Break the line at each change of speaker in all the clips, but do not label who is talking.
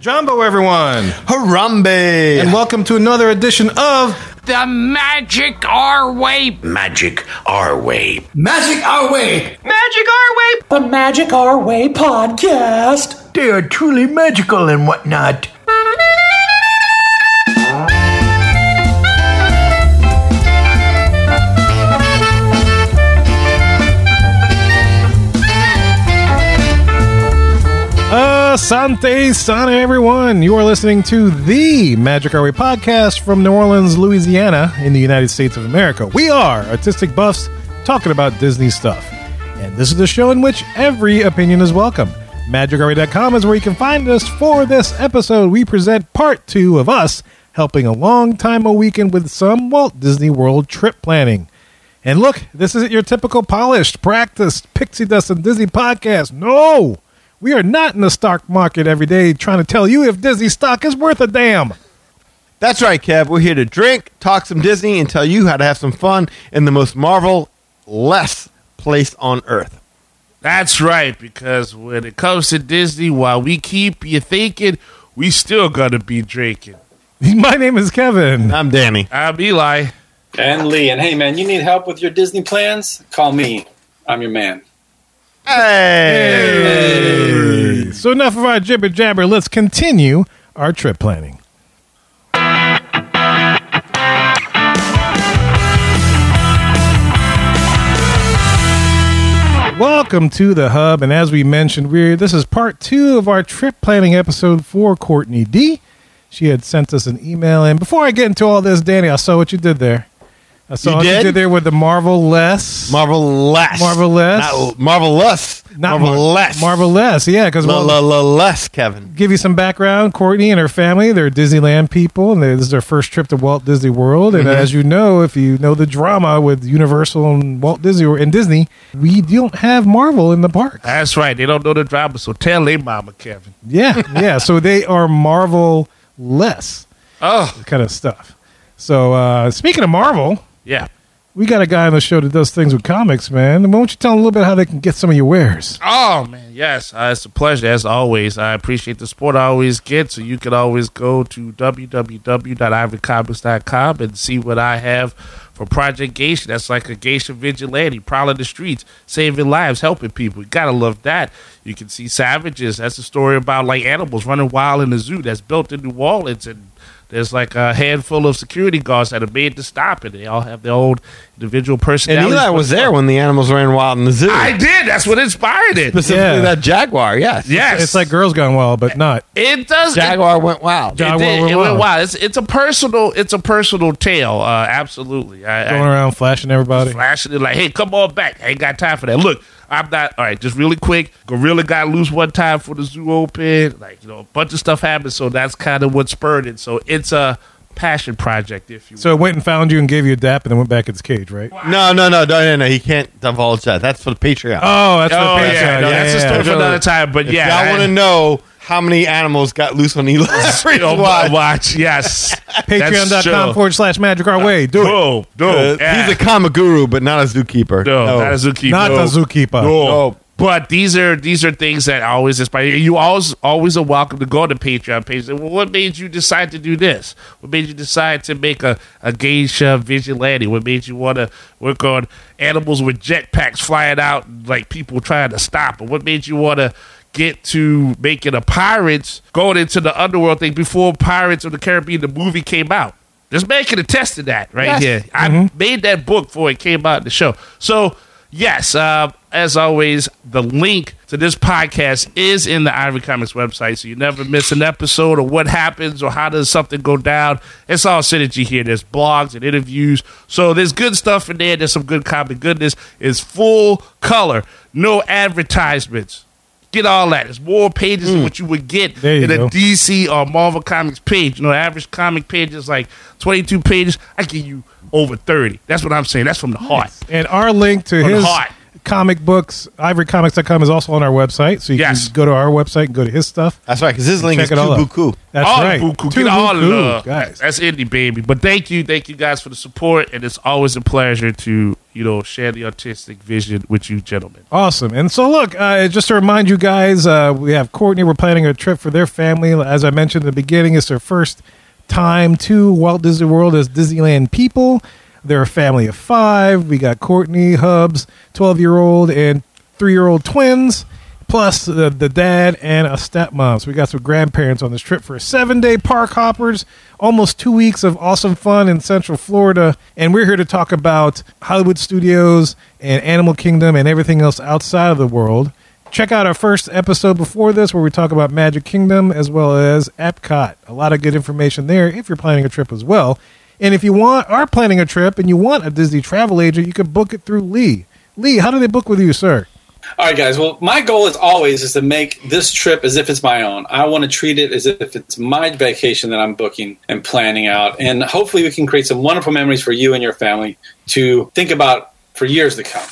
Jumbo, everyone,
Harambe!
and welcome to another edition of
The magic our way.
Magic our way.
Magic our way.
Magic our way.
The Magic Our Way podcast.
They are truly magical and whatnot.
Asante Sana, everyone. You are listening to the Magic Our Way podcast from New Orleans, Louisiana, in the United States of America. We are artistic buffs talking about Disney stuff. And this is the show in which every opinion is welcome. MagicRA.com is where you can find us for this episode. We present part two of us helping a long time a weekend with some Walt Disney World trip planning. And look, this isn't your typical polished, practiced, pixie dust and Disney podcast. No! We are not in the stock market every day trying to tell you if Disney stock is worth a damn.
That's right, Kev. We're here to drink, talk some Disney, and tell you how to have some fun in the most Marvel less place on earth.
That's right, because when it comes to Disney, while we keep you thinking, we still gonna be drinking.
My name is Kevin.
I'm Danny.
I'm Eli.
And Lee, and hey man, you need help with your Disney plans? Call me. I'm your man.
Hey!
So, enough of our jibber jabber. Let's continue our trip planning. Welcome to the hub, and as we mentioned, we're this is part two of our trip planning episode for Courtney D. She had sent us an email, and before I get into all this, Danny, I saw what you did there. I saw
You
what you
did?
did there with the Marvel less,
Marvel less.
Marvel less?
Not, Marvel less. Marvel less.
Marvel less, yeah, because
La, la, la, less, Kevin.
give you some background. Courtney and her family, they're Disneyland people, and they, this is their first trip to Walt Disney World. And as you know, if you know the drama with Universal and Walt Disney Wor- and Disney, we don't have Marvel in the park.
That's right. They don't know the drama, so tell they mama, Kevin.
Yeah, yeah. So they are Marvel less
Oh,
kind of stuff. So uh, speaking of Marvel,
yeah.
we got a guy on the show that does things with comics, man. Why don't you tell them a little bit how they can get some of your wares?
Oh man, yes. Uh, it's a pleasure as always. I appreciate the support I always get. So you can always go to www.ivycomics.com and see what I have for Project Geisha. That's like a geisha vigilante, prowling the streets, saving lives, helping people. You gotta love that. You can see Savages. That's a story about like animals running wild in the zoo. That's built in New Orleans and there's like a handful of security guards that are made to stop it. They all have their own individual
And
personalities.
Eli was there when the animals ran wild in the zoo.
I did. That's what inspired it.
Specifically
Yeah.
that jaguar, yes.
Yes,
It's like Girls Gone Wild, but not.
it does. it-
Jaguar went wild.
It,
Jaguar
did.
went
It went
wild.
wild. It's, it's a personal. It's a personal tale. Uh, absolutely. I,
Going
I
around flashing everybody.
flashing it like, hey, come on back. I ain't got time for that. Look, I'm not. All right, just really quick. Gorilla got loose one time for the zoo open. Like you know, a bunch of stuff happened. So that's kind of what spurred it. So it's a passion project, if you. will.
So it went and found you and gave you a dap, and then went back in its cage, right?
No, no, no, no, no, no. He can't divulge that. That's for the Patreon.
Oh, that's
Oh,
what
yeah,
Patreon. Yeah,
no, that's
yeah,
a story
yeah.
for another time. But
if
yeah,
y'all want to
I-
know how many animals got loose on Eli's
you know,
watch,
watch. Yes, That's
Patreon.com
true.
forward slash magic our way. Do it.
Boom, boom.
Uh,
Yeah.
He's a comic guru, but not a zookeeper.
No, not a zookeeper.
Not
No.
the zookeeper.
No. But these are these are things that always inspire you. You always always are welcome to go to Patreon page. Well, what made you decide to do this? What made you decide to make a, a geisha vigilante? What made you want to work on animals with jetpacks flying out like people trying to stop? Or what made you want to get to making a pirates going into the underworld thing before Pirates of the Caribbean the movie came out? This man could attest to that right here. I
Mm-hmm.
made that book before it came out in the show. So, yes, uh, as always, the link to this podcast is in the Ivory Comics website. So you never miss an episode or what happens or how does something go down. It's all synergy here. There's blogs and interviews. So there's good stuff in there. There's some good comic goodness. It's full color, no advertisements. Get all that. It's more pages than what you would get
Mm. There you
in a
go.
DC or Marvel Comics page. You know, the average comic page is like 22 pages. I give you over 30. That's what I'm saying. That's from the heart.
And our link to
On
his
hot.
comic books, ivorycomics.com, is also on our website. So you
Yes.
can go to our website and go to his stuff.
That's right, because his link
Check
is
it all out.
Kubuku.
That's
all
right.
the buku.
Two
Get all the
buku,
love.
guys.
That's indie, baby. But thank you. Thank you guys for the support. And it's always a pleasure to you know, share the artistic vision with you gentlemen.
Awesome. And so, look, uh, just to remind you guys, uh, we have Courtney. We're planning a trip for their family. As I mentioned in the beginning, it's their first time to Walt Disney World as Disneyland people. They're a family of five. We got Courtney, Hubs, 12 year old, and three year old twins, plus the, the dad and a stepmom. So, we got some grandparents on this trip for a seven day park hoppers, almost two weeks of awesome fun in Central Florida. And we're here to talk about Hollywood Studios and Animal Kingdom and everything else outside of the world. Check out our first episode before this where we talk about Magic Kingdom as well as Epcot. A lot of good information there if you're planning a trip as well. And if you want are planning a trip and you want a Disney travel agent, you can book it through Lee. Lee, how do they book with you, sir?
All right, guys. Well, my goal is always is to make this trip as if it's my own. I want to treat it as if it's my vacation that I'm booking and planning out, and hopefully we can create some wonderful memories for you and your family to think about for years to come.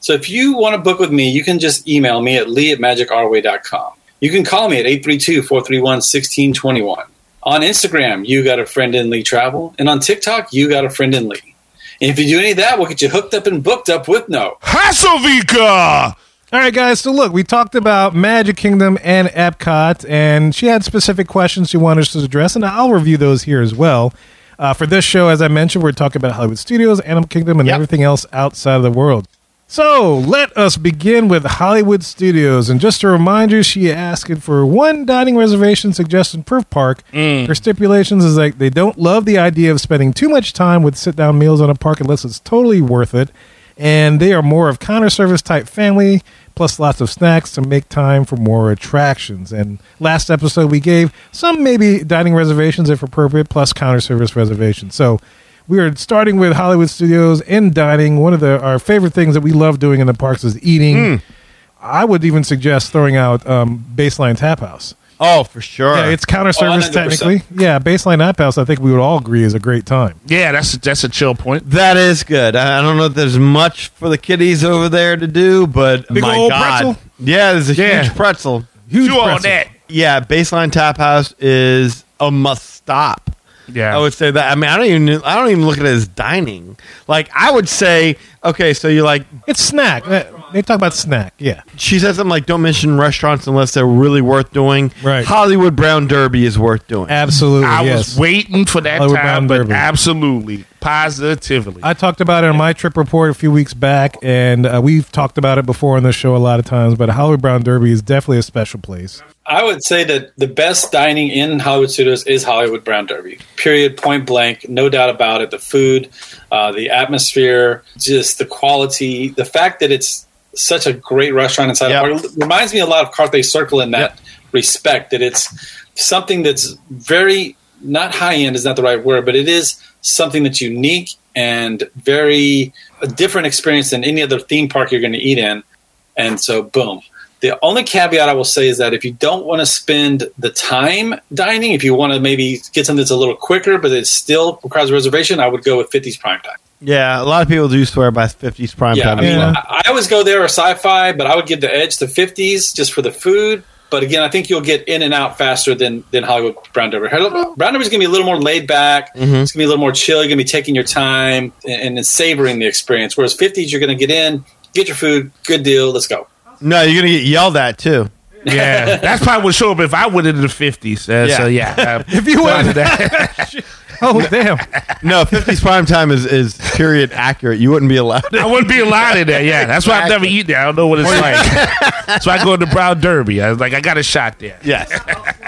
So if you want to book with me, you can just email me at lee at magicourway.com. You can call me at 832-431-1621. On Instagram, you got a friend in Lee Travel, and on TikTok, you got a friend in Lee. And if you do any of that, we'll get you hooked up and booked up with no.
Hasselvika!
All right, guys. So look, we talked about Magic Kingdom and Epcot, and she had specific questions she wanted us to address, and I'll review those here as well. Uh, for this show, as I mentioned, we're talking about Hollywood Studios, Animal Kingdom, and
Yep.
everything else outside of the world. So let us begin with Hollywood Studios. And just a reminder, she asking for one dining reservation suggestion per park. Her stipulations is like they don't love the idea of spending too much time with sit down meals on a park unless it's totally worth it. And they are more of counter service type family, plus lots of snacks to make time for more attractions. And last episode we gave some maybe dining reservations if appropriate, plus counter service reservations. So we are starting with Hollywood Studios and dining. One of the our favorite things that we love doing in the parks is eating.
Hmm.
I would even suggest throwing out um, Baseline Tap House.
Oh, for sure.
Yeah, it's counter
Oh,
service
100%.
technically. Yeah, Baseline Tap House. I think we would all agree is a great time.
Yeah, that's a, that's a chill point.
that is good. I I don't know if there's much for the kiddies over there to do, but
Big
my
ol'
God.
pretzel?
Yeah, there's a
Yeah.
huge pretzel.
Huge
Do all
pretzel.
that.
Yeah, baseline tap house is a must stop.
Yeah.
I
Oh,
would say that. I mean, I don't even. I don't even look at it as dining. Like, I would say, okay, so you like.
It's snack. Uh, They talk about snack. Yeah,
She said something like, "Don't mention restaurants unless they're really worth doing."
Right.
Hollywood Brown Derby is worth doing.
absolutely.
I
yes.
was waiting for that
Hollywood Brown
time, but
Derby.
absolutely, positively.
I talked about it on my trip report a few weeks back, and uh, we've talked about it before on this show a lot of times. But Hollywood Brown Derby is definitely a special place.
I would say that the best dining in Hollywood Studios is Hollywood Brown Derby. Period, point blank, no doubt about it. The food, uh, the atmosphere, just the quality, the fact that it's such a great restaurant inside
Yep.
of park reminds me a lot of Carthay Circle in that respect. That it's something that's very not high end is not the right word, but it is something that's unique and very a different experience than any other theme park you're going to eat in. And so, boom. The only caveat I will say is that if you don't want to spend the time dining, if you want to maybe get something that's a little quicker, but it still requires a reservation, I would go with 50s prime time.
yeah, a lot of people do swear by fifties prime
Yeah, I
time.
mean,
Yeah.
I, I always go there or sci-fi, but I would give the edge to 50s just for the food. But again, I think you'll get in and out faster than than Hollywood Brown Derby. Hol- Brown Derby's gonna be a little more laid back. It's gonna be a little more chill. You're gonna be taking your time and, and savoring the experience. Whereas 50s, you're gonna get in, get your food, good deal, let's go.
No, you're gonna get yelled at too.
yeah, that's probably what showed up if I went into the fifties. Uh, So yeah, if
you went-
that,
Oh damn!
No, fifties prime time is is period accurate. You wouldn't be allowed.
I wouldn't be allowed in there. Yeah, that's why I've never eaten there. I don't know what it's like. so I go to Brown Derby. I was like, I got a shot there.
Yes,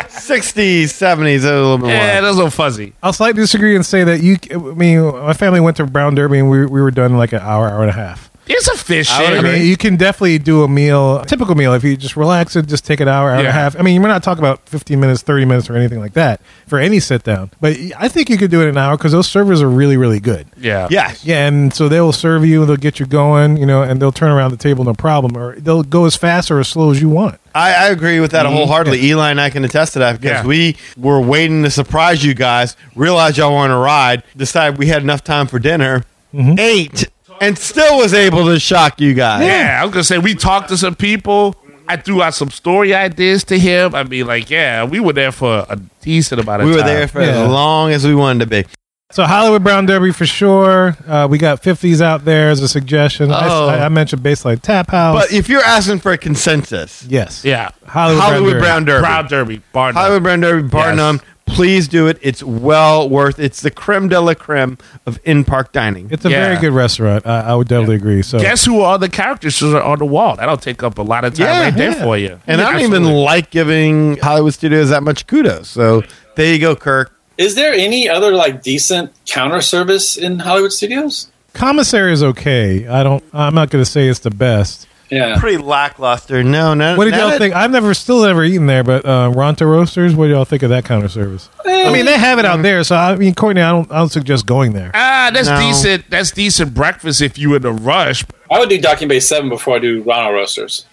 sixties, seventies, a little bit
Yeah,
more.
that's a little fuzzy.
I'll slightly disagree and say that you. I mean, my family went to Brown Derby and we, we were done in like an hour, hour and a half.
It's a fish.
I would
I
yeah.
agree.
mean, you can definitely do a meal, a typical meal, if you just relax it, just take an hour, hour and a
Yeah.
half. I mean, we're not talking about 15 minutes, 30 minutes, or anything like that for any sit down. But I think you could do it in an hour because those servers are really, really good.
Yeah.
Yes.
Yeah, and so they will serve you, they'll get you going, you know, and they'll turn around the table no problem, or they'll go as fast or as slow as you want.
I, I agree with that wholeheartedly. Eli and I can attest to that because
Mm-hmm. Yeah.
we were waiting to surprise you guys, realized y'all weren't a ride, decided we had enough time for dinner, ate, and still was able to shock you guys.
Mm-hmm. Yeah, I was gonna say we talked to some people. I threw out some story ideas to him. I mean, like, yeah, we were there for a decent amount of
We
time.
were there for
Yeah.
as long as we wanted to be.
So Hollywood Brown Derby for sure. Uh, we got 50s out there as a suggestion. I-
Oh.
I, I mentioned Baseline Tap House.
But if you're asking for a consensus,
Oh, yes.
Yeah.
Hollywood,
Hollywood
Brown, Derby.
Brown Derby.
Proud Derby. Bar none.
Hollywood Brown Derby, bar
Yes.
none. Please do it. It's well worth. It's the creme de la creme of in-park dining.
It's a
Yeah.
very good restaurant. I, I would definitely agree. So
Guess who all the characters are on the wall? That'll take up a lot of time right there for you.
And I don't even
Absolutely.
like giving Hollywood Studios that much kudos. So there you go, Kirk.
Is there any other like decent counter service in Hollywood Studios?
commissary is okay. I don't. I'm not going to say it's the best.
Yeah.
Pretty lackluster. No, no.
What did
now
y'all
that-
think? I've never, still never eaten there, but uh, Ronta Roasters. What do y'all think of that kind of service? I mean, they have it
Mm.
out there. So I mean, Courtney, I don't. I don't suggest going there.
Ah, that's
No.
decent. That's decent breakfast if you in a rush.
I would do Docking Bay 7 before I do Ronald Roasters.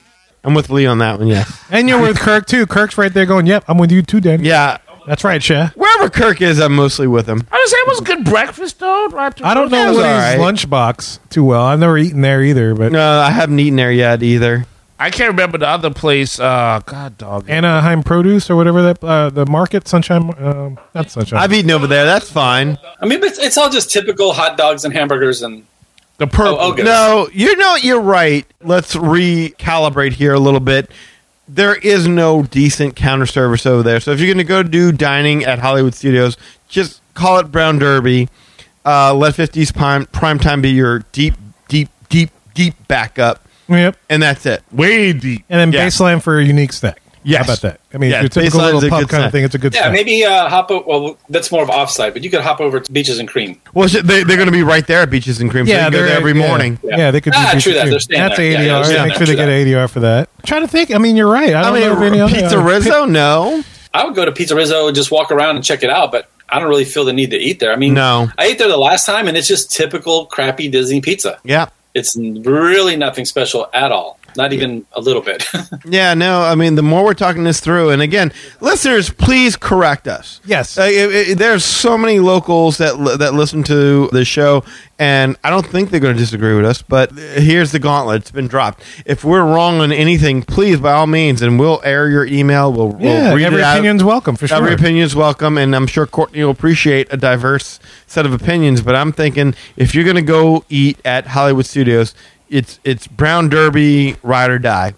I'm with Lee on that one. Yeah.
And you're with Kirk too. Kirk's right there going, "Yep, I'm with you too, Danny."
Yeah.
that's right, Chef.
Wherever Kirk is, I'm mostly with him.
I would say it was good breakfast though. Roger.
I don't
That
know
was
Woody's
all right.
lunchbox too well. I've never eaten there either, but
No, I haven't eaten there yet either.
I can't remember the other place. Uh, God, dog.
Anaheim Produce or whatever that uh, the market Sunshine, um, not Sunshine.
I've eaten over there. That's fine.
I mean, but it's, it's all just typical hot dogs and hamburgers and
the purple.
Oh, okay.
No, you know you're right. Let's recalibrate here a little bit. There is no decent counter service over there. So if you're going to go do dining at Hollywood Studios, just call it Brown Derby. Uh, let 50s prime, prime time be your deep, deep, deep, deep backup,
yep.
and that's it.
Way deep.
And then
Yeah.
baseline for a unique stack.
Yes.
How about that? I mean,
Yeah,
if your typical
baseline's
little pub
a
kind
good
of
snack.
thing, it's a good
yeah,
snack.
maybe uh, hop over. Well, that's more of offsite, but you could hop over to Beaches and Cream.
Well, sh- they, they're going to be right there at Beaches and Cream. Yeah, so you can go there every
yeah.
morning.
Yeah, they could.
Ah,
do
true that.
too.
They're staying
That's
there. Yeah,
ADR.
yeah, they're
Make
staying
sure they get
there.
ADR for that. trying to think. I mean, you're right. I
I
don't know if any
mean,
other
Pizza Rizzo? No.
I would go to Pizza Rizzo, just walk around and check it out, but I don't really feel the need to eat there. I mean,
No.
I ate there the last time, and it's just typical crappy Disney pizza.
Yeah.
It's really nothing special at all. Not even a little bit.
Yeah, no, I mean, the more we're talking this through, and again, listeners, please correct us.
Yes.
Uh, it- it- there's so many locals that li- that listen to the show, and I don't think they're going to disagree with us. But here's the gauntlet; it's been dropped. If we're wrong on anything, please, by all means, and we'll air your email. We'll,
Yeah,
we'll read
every
it out.
opinion's welcome for sure.
Every opinion is welcome, and I'm sure Courtney will appreciate a diverse set of opinions. But I'm thinking if you're going to go eat at Hollywood Studios, it's it's Brown Derby, ride or die.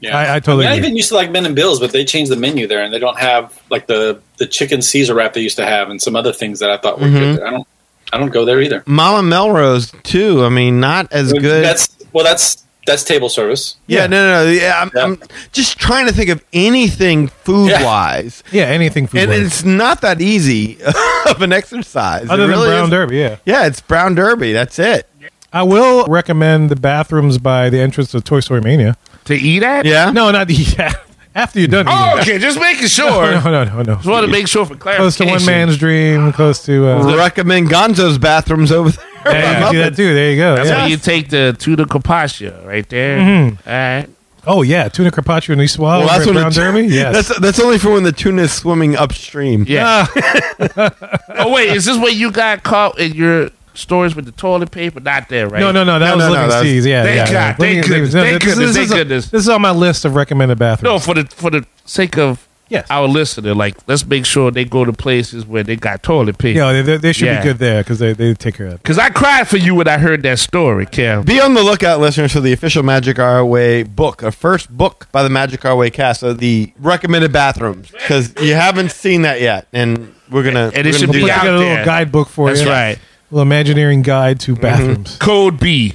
yeah.
I- I totally
I
agree.
even used to like Men and Bills, but they changed the menu there, and they don't have like the the chicken Caesar wrap they used to have, and some other things that I thought were
Mm-hmm.
good. There. I don't, I don't go there either.
Mama Melrose too. I mean, not as good.
That's well, that's that's table service.
yeah, no, no, no. Yeah, I'm,
Yeah.
I'm just trying to think of anything food wise,
Yeah, anything food.
and it's not that easy of an exercise. It
other than
really
Brown
is-
Derby. Yeah,
Yeah, it's Brown Derby. That's it.
I will recommend the bathrooms by the entrance of Toy Story Mania.
To eat at?
Yeah.
No, not the yeah. After you're done.
Oh,
eating.
okay. Just making sure.
No, no, no, no.
Just want to make sure for
Close
clarification.
to one man's dream. Close to. Uh,
Recommend Gonzo's bathrooms over there.
yeah, you can do
I love
that
it.
too. There you go.
That's
yeah.
when you take the tuna capaccia right there. All right.
Oh yeah, tuna carpaccio and Iswa
Well, that's
over
when
at Brown
the-
Derby. Yes.
That's that's only for when the tuna is swimming upstream.
Ah.
Yeah. oh wait, is this where you got caught in your stories with the toilet paper? Not there, right?
no, no, no. That
No,
was
no, no,
Living
that was-
Seas. Yeah,
Thank
yeah.
God,
yeah.
thank
Living-
goodness,
Living-
thank
this-
goodness,
this
thank
is a-
goodness.
This is on my list of recommended
No,
bathrooms.
for the for the sake of
Yes.
our listener, like let's make sure they go to places where they got toilet paper.
You know, they- they, they should
Yeah.
be good there because they, they take care of it.
Cause I cried for you when I heard that story, Cam.
Be on the lookout, listeners, for the official Magic Our Way book, a first book by the Magic Our Way cast of the recommended bathrooms, because you haven't seen that yet, and we're gonna
And it
we're gonna
should
do
be
Put
that.
out
together a
there.
little guidebook for
That's
you.
right.
A
Mm-hmm.
little Imagineering guide to bathrooms.
Code B.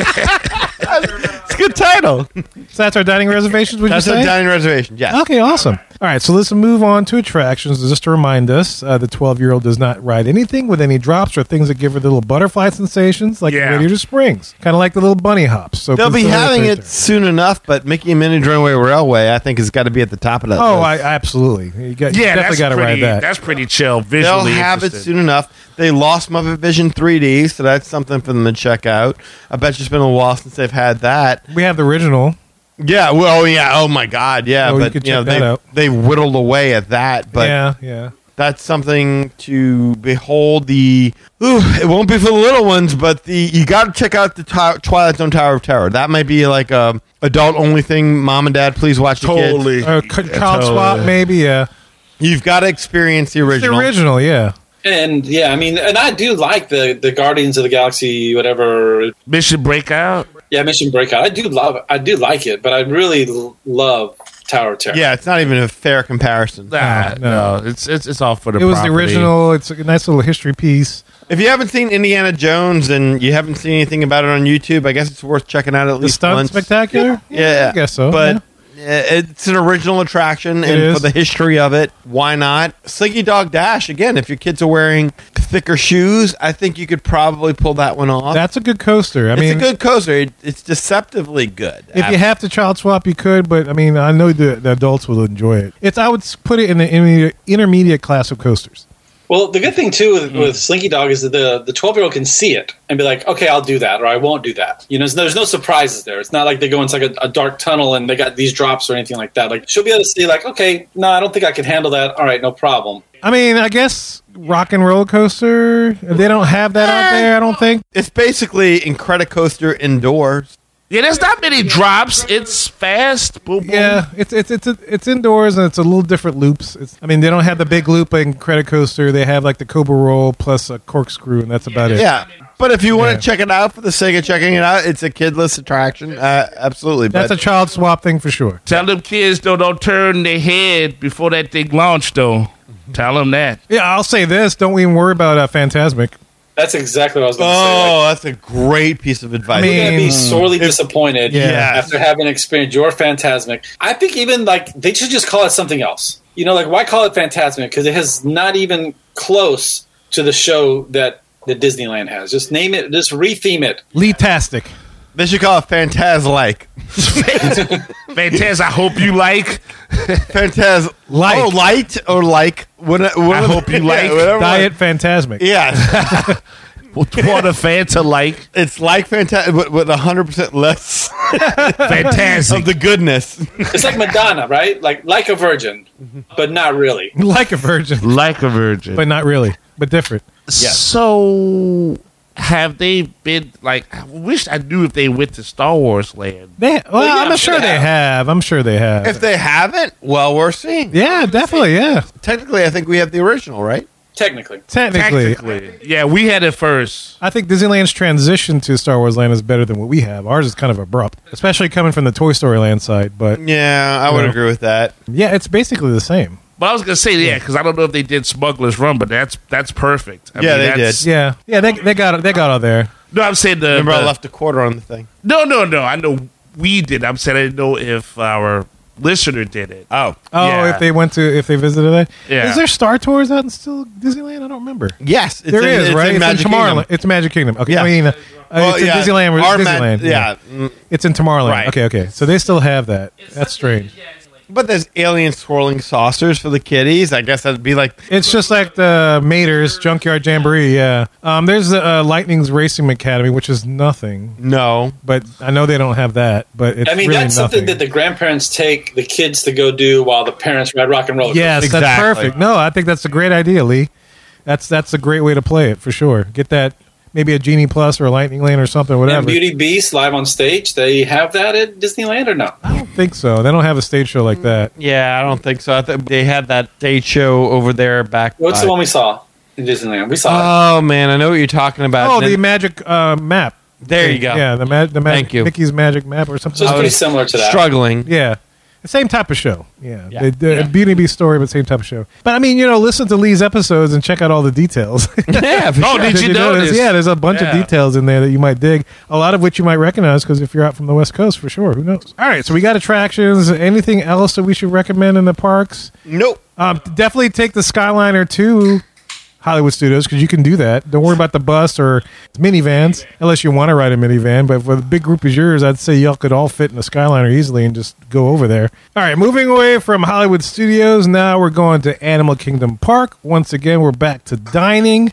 It's a good title.
So that's our dining reservations, would
That's
you say?
a dining reservation. Yeah.
Okay, awesome. All right, so let's move on to attractions. Just to remind us, uh, the 12 year old does not ride anything with any drops or things that give her the little butterfly sensations like
Yeah.
in Radiator Springs, kind of like the little bunny hops. So
They'll be
consider
having
right
it
there.
soon enough, but Mickey and Minnie Runaway Railway, I think, has got to be at the top of that.
Oh,
list.
I, absolutely. You got, you
Yeah,
definitely
that's
got to ride
pretty.
that.
That's pretty chill.
They'll
Visually,
have it
interesting.
soon enough. They lost Muppet Vision 3D, so that's something for them to check out. I bet you it's been a while since they've had that.
we have the original.
Yeah. Well. Yeah. Oh my God. Yeah.
Oh, you
but you,
could
know
check that
they
out.
they whittled away at that, but
yeah, yeah.
that's something to behold. The ooh, it won't be for the little ones, but the you got to check out the Ti- Twilight Zone Tower of Terror. That might be like a adult only thing. Mom and Dad, please watch the kids.
Totally.
Or c- child swap, maybe. Yeah,
You've got to experience the
the
original.
original. Yeah,
And yeah, I mean, and I do like the the Guardians of the Galaxy, whatever.
Mission Breakout.
Yeah, Mission Breakout. I do love, I do like it, but I really l- love Tower of Terror.
Yeah, it's not even a fair comparison.
Nah,
no.
no. it's it's it's all for the.
It was
property.
the original. It's a nice little history piece.
If you haven't seen Indiana Jones and you haven't seen anything about it on YouTube, I guess it's worth checking out at
The
least
stunt
once.
spectacular.
Yeah,
I guess so.
But
yeah.
uh, it's an original attraction, and
is.
for the history of it, why not? Slinky Dog Dash again. If your kids are wearing thicker shoes, I think you could probably pull that one off.
that's a good coaster. I
it's
mean,
a good coaster. It, it's deceptively good.
if you
have
have to child swap, you could. But I mean, I know the, the adults will enjoy it. It's I would s- put it in the intermediate, intermediate class of coasters.
Well, the good thing too with, with Slinky Dog is that the the twelve year old can see it and be like, okay, I'll do that, or I won't do that. You know, there's no, there's no surprises there. It's not like they go into like a, a dark tunnel and they got these drops or anything like that. Like she'll be able to see, like, okay, no, I don't think I can handle that. All right, no problem.
I mean, I guess rock and roller coaster. They don't have that out there. I don't think.
it's basically Incredicoaster indoors.
Yeah, there's not many drops. It's fast. Boom, boom.
Yeah, it's it's it's it's indoors and it's a little different loops. It's, I mean, they don't have the big loop in credit coaster. They have like the cobra roll plus a corkscrew, and that's about it.
Yeah. But if you want
Yeah.
to check it out for the sake of checking it out, it's a kidless attraction. Uh, absolutely.
that's a
but
child swap thing for sure.
Tell them kids though don't turn their head before that thing launched though. Tell them that.
Yeah, I'll say this: don't even worry about uh, Fantasmic.
That's exactly what I was going to say. Like,
oh, that's a great piece of advice.
I mean-
you're going to be sorely disappointed
yeah.
after having experienced your Phantasmic. I think even like they should just call it something else. You know, like why call it Phantasmic? Because it has not even close to the show that that Disneyland has. Just name it. Just retheme it.
Lee Tastic.
they should call it Fantaz like.
Fantastic. I hope you like.
Fantaz
Like.
Oh, light or like. What, what
I hope you like
whatever.
Diet Fantasmic.
Yeah.
What a fan to like.
It's like Fantaz, but with 100% less
Fantastic.
of the goodness.
It's like Madonna, right? Like like a virgin, but not really.
Like a virgin,
like a virgin.
but not really, but different.
So have they been like I wish I knew if they went to Star Wars land.
They, well,
yeah,
I'm sure they have. I'm sure they have.
If they haven't, well, we're seeing.
yeah, definitely. Yeah,
Technically, I think we have the original, right?
Technically,
technically,
Technically. Yeah, we had it first.
I think Disneyland's transition to Star Wars Land is better than what we have. Ours is kind of abrupt, especially coming from the Toy Story Land side. But
Yeah, I would
Yeah.
agree with that.
yeah, it's basically the same.
But I was gonna say yeah, because I don't know if they did Smuggler's Run, but that's that's perfect. I
Yeah, they
that's-
did.
Yeah, yeah, they, they got they got all there.
No, I'm saying the,
Remember, I
the-
left a quarter on the thing.
No, no, no. I know we did. I'm saying I didn't know if our listener did it.
Oh.
Oh,
Yeah.
if they went to if they visited that. Is
Yeah.
there Star Tours out in still Disneyland? I don't remember.
Yes. It's
There is
in- it's
right?
In Magic
it's in Tomorrowland.
Kingdom.
It's Magic Kingdom. Okay,
Yeah.
I mean, uh,
Well,
it's in
yeah,
Disneyland.
our ma-
Disneyland.
yeah. Mm,
it's in Tomorrowland.
Right.
Okay, okay. So they still have that. That's strange.
But there's alien swirling saucers for the kiddies. I guess that'd be like
It's just like the Mater's Junkyard Jamboree. Yeah. Um, there's the uh, Lightning's Racing Academy, which is nothing.
no.
but I know they don't have that. But it's
I mean
really
that's
nothing.
something that the grandparents take the kids to go do while the parents ride rock and roll.
yes, that's
Exactly.
perfect. No, I think that's a great idea, Lee. That's that's a great way to play it for sure. Get that maybe a genie plus or a lightning lane or something,
and
whatever.
Beauty Beast live on stage. They have that at Disneyland or no?
I don't think so. They don't have a stage show like that.
Yeah, I don't think so. I think they had that stage show over there back.
What's the
by-
one we saw in Disneyland? We saw
Oh man, I know what you're talking about.
Oh,
And
the
then-
magic uh, map.
there you go.
Yeah, the ma- the ma-
Thank you.
Mickey's magic map or
it. So
something.
it's
I
pretty
was
similar to that.
Struggling.
Yeah. The same type of show. Yeah.
Yeah.
The, the Beauty and Beast story, but same type of show. But I mean, you know, listen to Lee's episodes and check out all the details.
Yeah. for
Oh,
sure.
did
Did
you
you
notice?
notice? Yeah, there's a bunch of
Yeah.
details in there that you might dig. A lot of which you might recognize because if you're out from the West Coast, for sure. Who knows? All right, so we got attractions. Anything else that we should recommend in the parks?
Nope.
Um, definitely take the Skyliner to Hollywood Studios because you can do that. Don't worry about the bus or minivans unless you want to ride a minivan. But for the big group as yours, I'd say y'all could all fit in the Skyliner easily and just go over there. All right, moving away from Hollywood Studios, now we're going to Animal Kingdom Park. Once again, we're back to dining,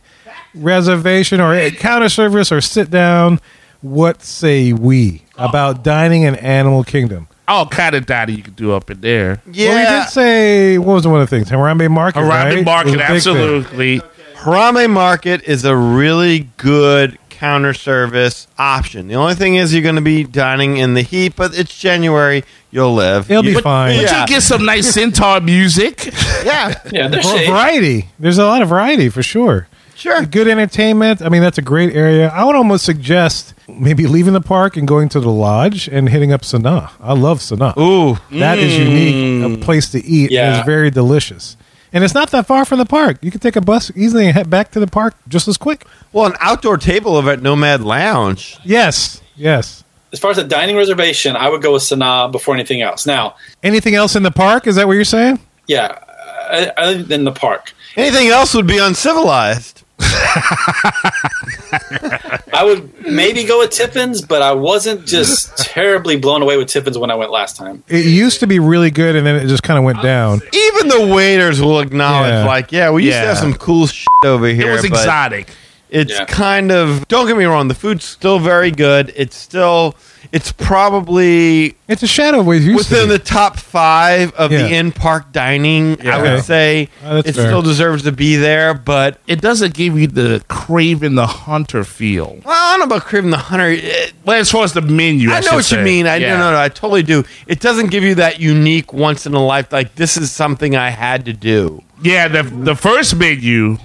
reservation or counter service or sit down. What say we about dining in Animal Kingdom?
All kind of dining you could do up in there.
Yeah.
Well, we did say what was the one of the things? Harambe Market. right?
Around the
Was a
market,
big thing.
absolutely.
Harambe Market is a really good counter service option. The only thing is you're going to be dining in the heat, but it's January. You'll live.
It'll be
You-
fine.
But
Yeah.
you get some nice centaur music.
Yeah.
Yeah, there's
Well,
shade.
variety. There's a lot of variety for sure.
Sure.
good entertainment. I mean, that's a great area. I would almost suggest maybe leaving the park and going to the lodge and hitting up Sanaa. I love Sanaa.
Ooh.
That is unique. A place to eat.
Yeah.
It's very delicious. And it's not that far from the park. You can take a bus easily and head back to the park just as quick.
Well, an outdoor table over at Nomad Lounge.
Yes. Yes.
As far as a dining reservation, I would go with Sanaa before anything else. Now,
Anything else in the park? Is that what you're saying?
yeah, uh, other than the park,
Anything else would be uncivilized.
I would maybe go with Tiffins, but I wasn't just terribly blown away with Tiffins when I went last time.
It used to be really good and then it just kind of went down.
Even the waiters will acknowledge,
Yeah.
like, yeah, we used to
Yeah.
have some cool shit over here.
It
but
was exotic.
It's
Yeah.
kind of. Don't get me wrong. The food's still very good. It's still. It's probably
It's a shadow of what it used
within
to be.
the top five of
Yeah.
the in park dining. I
Okay.
would say
Uh, that's
it
fair.
still deserves to be there, but
It doesn't give you the craving the hunter feel.
well, I don't know about Craven the Hunter. It-
Well, as far as the menu,
I know
should
what
say.
you mean. I
Yeah.
no, no, no, I totally do. It doesn't give you that unique once in a life. Like this is something I had to do.
Yeah, the the first menu.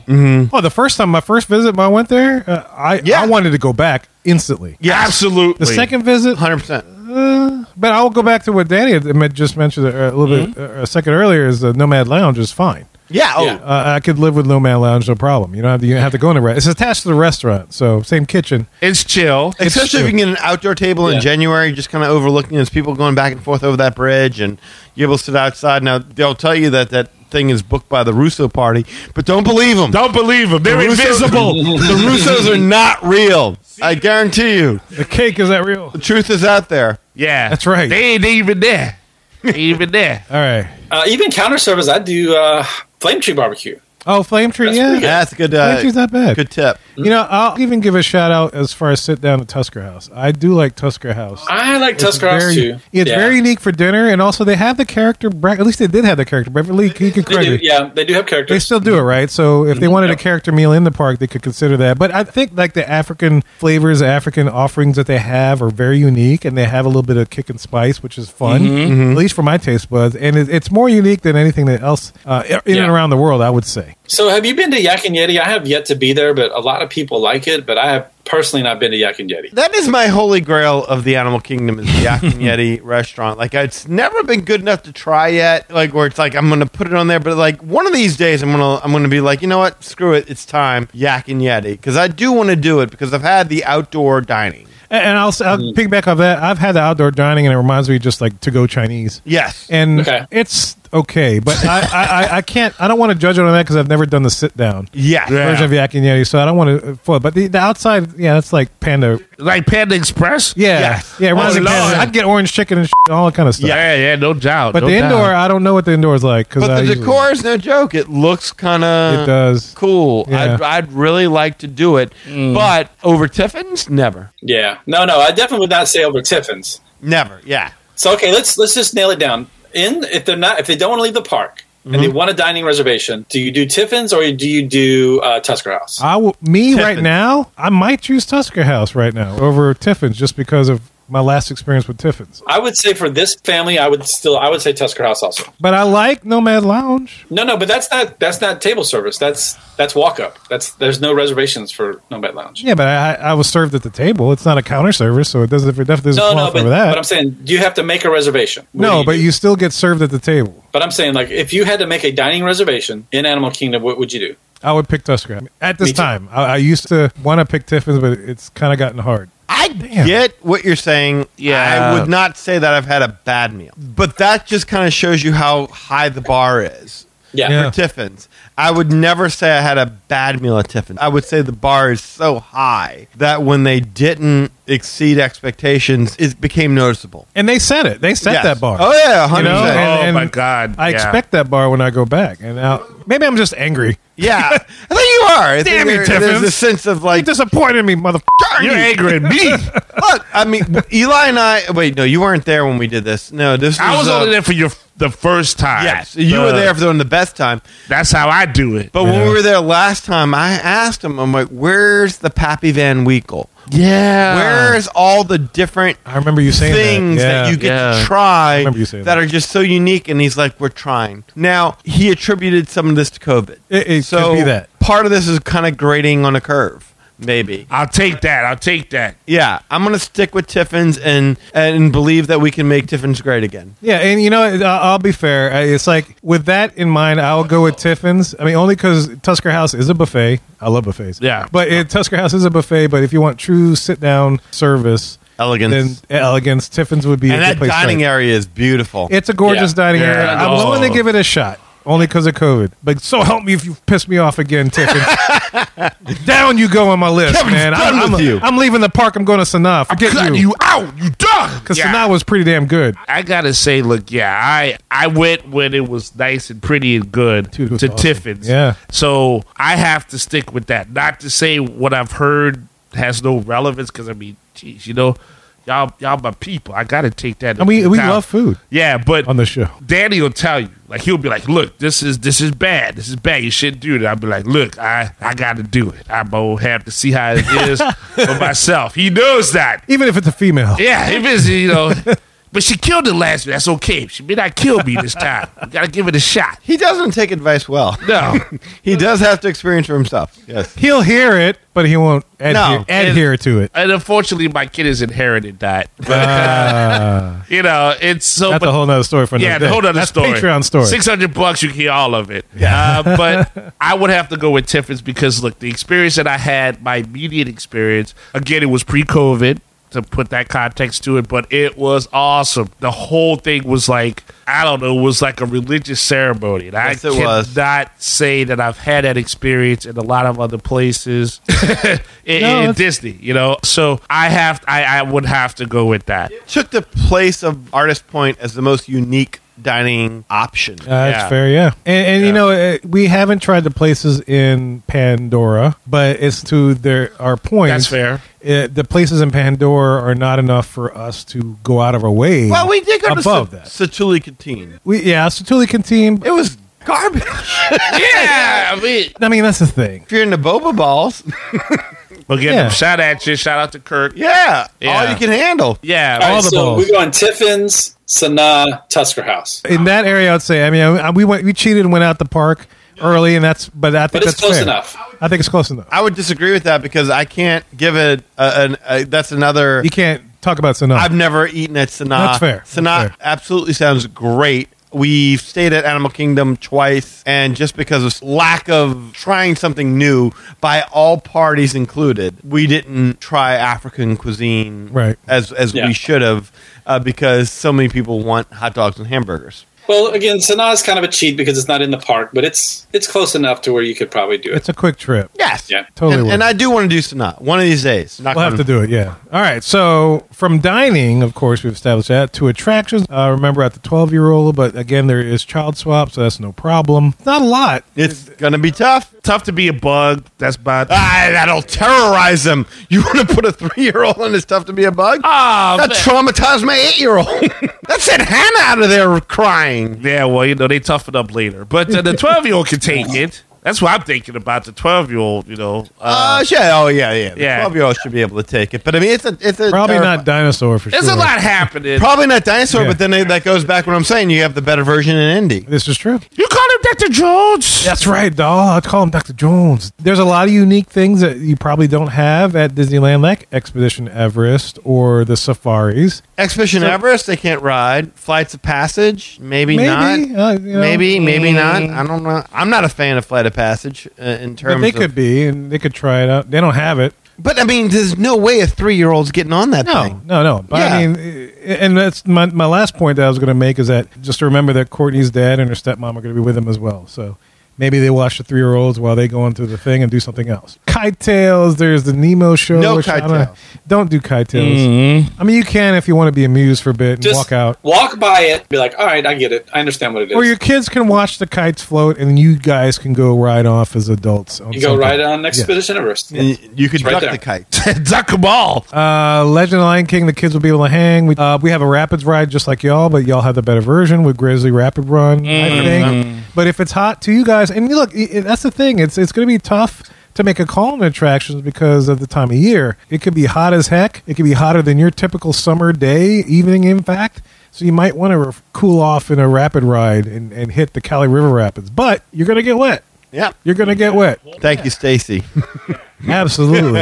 oh, the first time, my first visit when I went there, uh, I,
Yeah.
I wanted to go back instantly.
Yeah, absolutely.
The second visit,
Hundred percent.
But I'll go back to what Danny had had just mentioned a a little bit
Mm-hmm.
uh, a second earlier. Is the Nomad Lounge is fine.
Yeah. Oh,
Yeah.
Uh, I could live with Nomad Lounge, no problem. You don't have to, you don't have to go in a restaurant. It's attached to the restaurant, so same kitchen.
it's chill.
especially if you can get an outdoor table
Yeah.
in January, just kind of overlooking there's people going back and forth over that bridge, and you're able to sit outside. Now they'll tell you that that thing is booked by the Russo party, but don't believe them.
Don't believe them. They're invisible.
the Russos are not real. I guarantee you.
The cake is that real?
The truth is out there.
Yeah,
That's right.
They ain't even there. They ain't even there.
All right.
Uh, even counter service, I do uh, Flame Tree Barbecue.
Oh, Flame Tree,
That's
yeah.
pretty
That's a good.
Flame
Uh,
Tree's not bad.
good tip.
You know, I'll even give a shout out as far as sit down at Tusker House. I do like Tusker House.
I like Tusker
very,
House too.
It's very unique for dinner, and also they have the character. Bra- at least they did have the character. Beverly, you can
They
correct
do,
me.
yeah, they do have
They
characters.
still do it, right? So if they wanted a character meal in the park, they could consider that. But I think like the African flavors, African offerings that they have are very unique, and they have a little bit of kick and spice, which is fun,
Mm-hmm.
at least for my taste buds. And it, it's more unique than anything that else uh, in
Yeah.
and around the world, I would say.
So, have you been to Yak and Yeti? I have yet to be there, but a lot of people like it. But I have personally not been to Yak and Yeti.
That is my holy grail of the animal kingdom is the Yak and Yeti restaurant. Like it's never been good enough to try yet. Like where it's like I'm gonna put it on there, but like one of these days I'm gonna I'm gonna be like you know what? Screw it, it's time Yak and Yeti because I do want to do it because I've had the outdoor dining.
And and I'll, s will
Mm.
piggyback off that. I've had the outdoor dining, and it reminds me just like to go Chinese.
Yes,
And
Okay.
it's okay, but I, I, I, I can't. I don't want to judge it on that because I've never done the sit down.
yes,
Version of Yak and Yeti, so I don't want to. foil it. But the, the outside, yeah, that's like Panda
Like Panda Express.
Yeah,
Yes.
yeah. it reminds
Oh,
me of Canada.
Lord.
I'd get orange chicken and shit, all that kind of stuff.
yeah, yeah. No doubt.
but
no
the
doubt.
indoor, I don't know what the indoor is like because
But the decor is no joke. It looks kind
uh,
it
of
does.
cool.
Yeah.
I'd, I'd really like to do it, but over Tiffin's, never,
Yeah, no, no, I definitely would not say over Tiffins.
never. Yeah,
So, okay, let's let's just nail it down. In if they're not if they don't want to leave the park and they
Mm-hmm.
want a dining reservation, do you do Tiffins or do you do uh, Tusker House?
I will, me right now, I might choose Tusker House right now over Tiffin's just because of my last experience with Tiffin's.
I would say for this family, I would still I would say Tusker House also.
But I like Nomad Lounge.
No, no, but that's not that's not table service. That's that's walk up. That's there's no reservations for Nomad Lounge.
Yeah, but I, I was served at the table. It's not a counter service, so it doesn't. If it definitely doesn't
No, no,
qualify
but,
for that.
but I'm saying you have to make a reservation. What do
no, but
do?
you still get served at the table.
But I'm saying, like, if you had to make a dining reservation in Animal Kingdom, what would you do?
I would pick Tusker House. at this
Me too.
time. I, I used to want to pick Tiffin's, but it's kind of gotten hard.
I get what you're saying.
Yeah.
I would not say that I've had a bad meal, but that just kind of shows you how high the bar is
Yeah.
Yeah.
for Tiffin's. I would never say I had a bad meal at Tiffin's. I would say the bar is so high that when they didn't exceed expectations, it became noticeable.
And they said it. They said
Yes.
that bar.
Oh yeah,
You
hundred
know,
percent.
and- and
my God,
I
yeah.
expect that bar when I go back, and now maybe I'm just angry.
Yeah, I think you are. I
Damn
think
you,
there-
Tiffin's.
There's a sense of
You
like,
disappointed me, mother.
You're angry at me.
look. I mean, Eli and I. Wait, no, you weren't there when we did this. No, this.
I was
uh,
only there for your the first time.
Yes, you
Uh,
were there for the best time.
That's how I do it.
But when
Yeah.
we were there last time, I asked him, I'm like, where's the Pappy Van Winkle?
Uh.
yeah,
Where's all the different
I remember you saying
things
that.
that,
Yeah.
you get
Yeah.
to try
remember you saying
that,
that.
are just so unique? And he's like, we're trying. Now, he attributed some of this to COVID.
It- it could be that.
part of this is kind of grading on a curve, maybe.
I'll take that. I'll take that.
Yeah, I'm gonna stick with Tiffin's and and believe that we can make Tiffin's great again.
Yeah, and you know, I- I'll be fair. I- It's like with that in mind, I'll go with Tiffin's. I mean, only because Tusker House is a buffet. I love buffets.
Yeah.
but it, Tusker House is a buffet. But if you want true sit-down service,
Elegance.
then elegance, Tiffin's would be
and
a good
that
place. to
dining
start.
area is beautiful.
It's a gorgeous
Yeah.
dining
Yeah.
area. I'm
Oh.
willing to give it a shot. Only because of COVID. But so help me if you piss me off again, Tiffin. Down you go on my list,
Kevin's
man.
done
I'm,
with
I'm,
you.
I'm leaving the park. I'm going to Sanaa. Forget
Cutting
you.
you out. You done.
Because
Yeah.
Sanaa was pretty damn good.
I gotta say, look, yeah, I I went when it was nice and pretty and good
Dude, it was
to
awesome.
Tiffin's.
Yeah.
So I have to stick with that. Not to say what I've heard has no relevance, because I mean, geez, you know, y'all y'all my people. I gotta take that.
And we,
into
we
account.
love food
Yeah, but
on the show.
Danny will tell you, like he'll be like, "Look, this is this is bad. This is bad. You shouldn't do it." I'll be like, "Look, I I got to do it. I'm gonna have to see how it is for myself." He knows that.
Even if it's a female.
Yeah, if it's you know, but she killed it last year. That's okay. She may not kill me this time. We gotta give it a shot.
he doesn't take advice well.
No,
He does have to experience for himself. Yes.
He'll hear it, but he won't adhere,
No.
adhere to it.
and unfortunately, my kid has inherited that. But uh, you know, it's so.
That's
but-
a whole nother story for another
yeah,
day.
the whole other
That's
story.
Patreon story.
Six hundred bucks, you can hear all of it. Uh, but I would have to go with Tiffin's because look, the experience that I had, my immediate experience, again, it was pre-COVID. To put that context to it, but it was awesome. The whole thing was like I don't know, was like a religious ceremony. And
Yes,
I
it was.
cannot say that I've had that experience in a lot of other places in,
No,
in
it's-
Disney. You know, so I have I, I would have to go with that.
Took the place of Artist Point as the most unique dining option.
Uh,
Yeah.
That's fair, yeah. And, and you know, uh, we haven't tried the places in Pandora, but it's to their our point.
That's fair.
Uh, the places in Pandora are not enough for us to go out of our way.
well, we did go
above
to
that.
Satuli Canteen.
We, yeah, Satuli Canteen.
It was garbage.
Yeah, I mean,
I mean, that's the thing.
if you're into boba balls,
We'll get
Yeah.
them. Shout at you. Shout out to Kirk. Yeah.
yeah, all
Yeah.
you can handle.
All
all
right,
the
so
balls.
we're going Tiffin's, Sanaa, Tusker House.
In that area, I'd say. I mean, I, we went, we cheated and went out the park early, and that's. But I think
But it's
that's
close
fair.
enough.
I think it's close enough.
I would disagree with that because I can't give it a, an. A, that's another.
You can't talk about Sanaa.
I've never eaten at Sanaa.
That's fair. That's
Sanaa
fair.
absolutely sounds great. We've stayed at Animal Kingdom twice, and just because of lack of trying something new by all parties included, we didn't try African cuisine
Right.
as as
Yeah.
we should have, uh, because so many people want hot dogs and hamburgers.
Well, again, Sanaa is kind of a cheat because it's not in the park, but it's it's close enough to where you could probably do it.
it's a quick trip.
Yes,
Yeah.
Totally
And,
worth
and
it.
I do want to do Sanaa one of these days. Knock
We'll
on-
have to do it, yeah. All right, so from dining, of course, we've established that, to attractions. Uh, remember, at the 12 year old, but again, there is child swap, so that's no problem. Not a lot.
It's gonna be tough.
Tough to be a bug. That's bad.
Ah, that'll terrorize them. You want to put a three-year-old on this tough to be a bug?
Ah,
That
man.
traumatized my eight year old. that sent Hannah out of there crying.
yeah, well, you know, they toughen up later. But uh, the 12 year old can take it. That's what I'm thinking about. The 12 year old, you know. Uh,
Uh, yeah, oh yeah, yeah. The
yeah.
twelve year old should be able to take it, but I mean, it's a, it's a
Probably
terrifi-
not dinosaur for
there's
sure.
a lot happening.
probably not dinosaur.
Yeah.
But then they, that goes back what I'm saying. You have the better version in Indy.
This is true.
you call him Dr. Jones.
That's right, doll. I'd call him Dr. Jones. There's a lot of unique things that you probably don't have at Disneyland, like Expedition Everest or the safaris.
Expedition Everest, they can't ride. Flights of Passage, maybe,
Maybe.
not.
uh, you know,
maybe, maybe not. I don't know. I'm not a fan of Flight of Passage uh, in
But
terms.
they
of,
could be, and they could try it out. They don't have it.
But I mean, there's no way a three year old's getting on that
No,
thing.
no, no. But I
Yeah.
mean, eh, and that's my, my last point that I was going to make is that just remember that Courtney's dad and her stepmom are going to be with them as well. So maybe they watch the three year olds while they go on through the thing and do something else. Kite Tails, there's the Nemo show.
No
which I
kite
don't-
tails.
Don't do Kite Tails. I mean, you can if you want to be amused for a bit and
Mm-hmm. Just
walk out.
walk by it, be like, all right, I get it, I understand what it is.
Or your kids can watch the kites float and you guys can go ride off as adults. On
you go
something.
right on Expedition Everest.
And You could
Right
duck
there.
the kite.
Duck 'em all.
Uh, Legend of the Lion King, the kids will be able to hang. We, uh, we have a rapids ride just like y'all, but y'all have the better version with Grizzly Rapid Run, I think. But if it's hot to you guys, and look, i i- that's the thing. It's it's going to be tough to make a call on attractions because of the time of year. It could be hot as heck. It could be hotter than your typical summer day, evening, in fact. So you might want to cool off in a rapid ride and, and hit the Cali River Rapids, but you're going to get wet.
Yeah.
You're gonna get wet.
Thank you, Stacy.
Absolutely.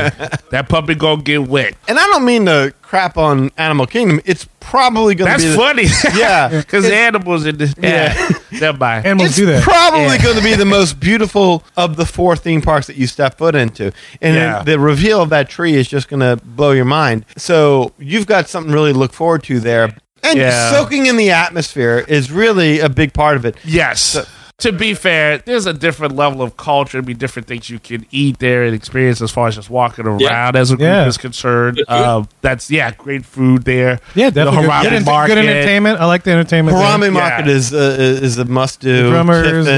That puppy gonna get wet.
And I don't mean to crap on Animal Kingdom. It's probably going to
That's
be. the-
funny.
Yeah.
Because animals in this. Yeah. Never mind.
Animals
it's
do that.
probably going to be the most beautiful of the four theme parks that you step foot into. And
Yeah.
the reveal of that tree is just going to blow your mind. So you've got something really to look forward to there. And
Yeah.
soaking in the atmosphere is really a big part of it.
Yes. to be fair, there's a different level of culture, be different things you can eat there and experience as far as just walking around
Yeah.
as a group
Yeah.
is concerned.
food.
Um, that's yeah, great food there.
yeah, definitely.
The
good- good,
Harambe
ent-
market.
good entertainment. I like the entertainment. there.
Harambe Market is uh, is a must do.
The drummers, the-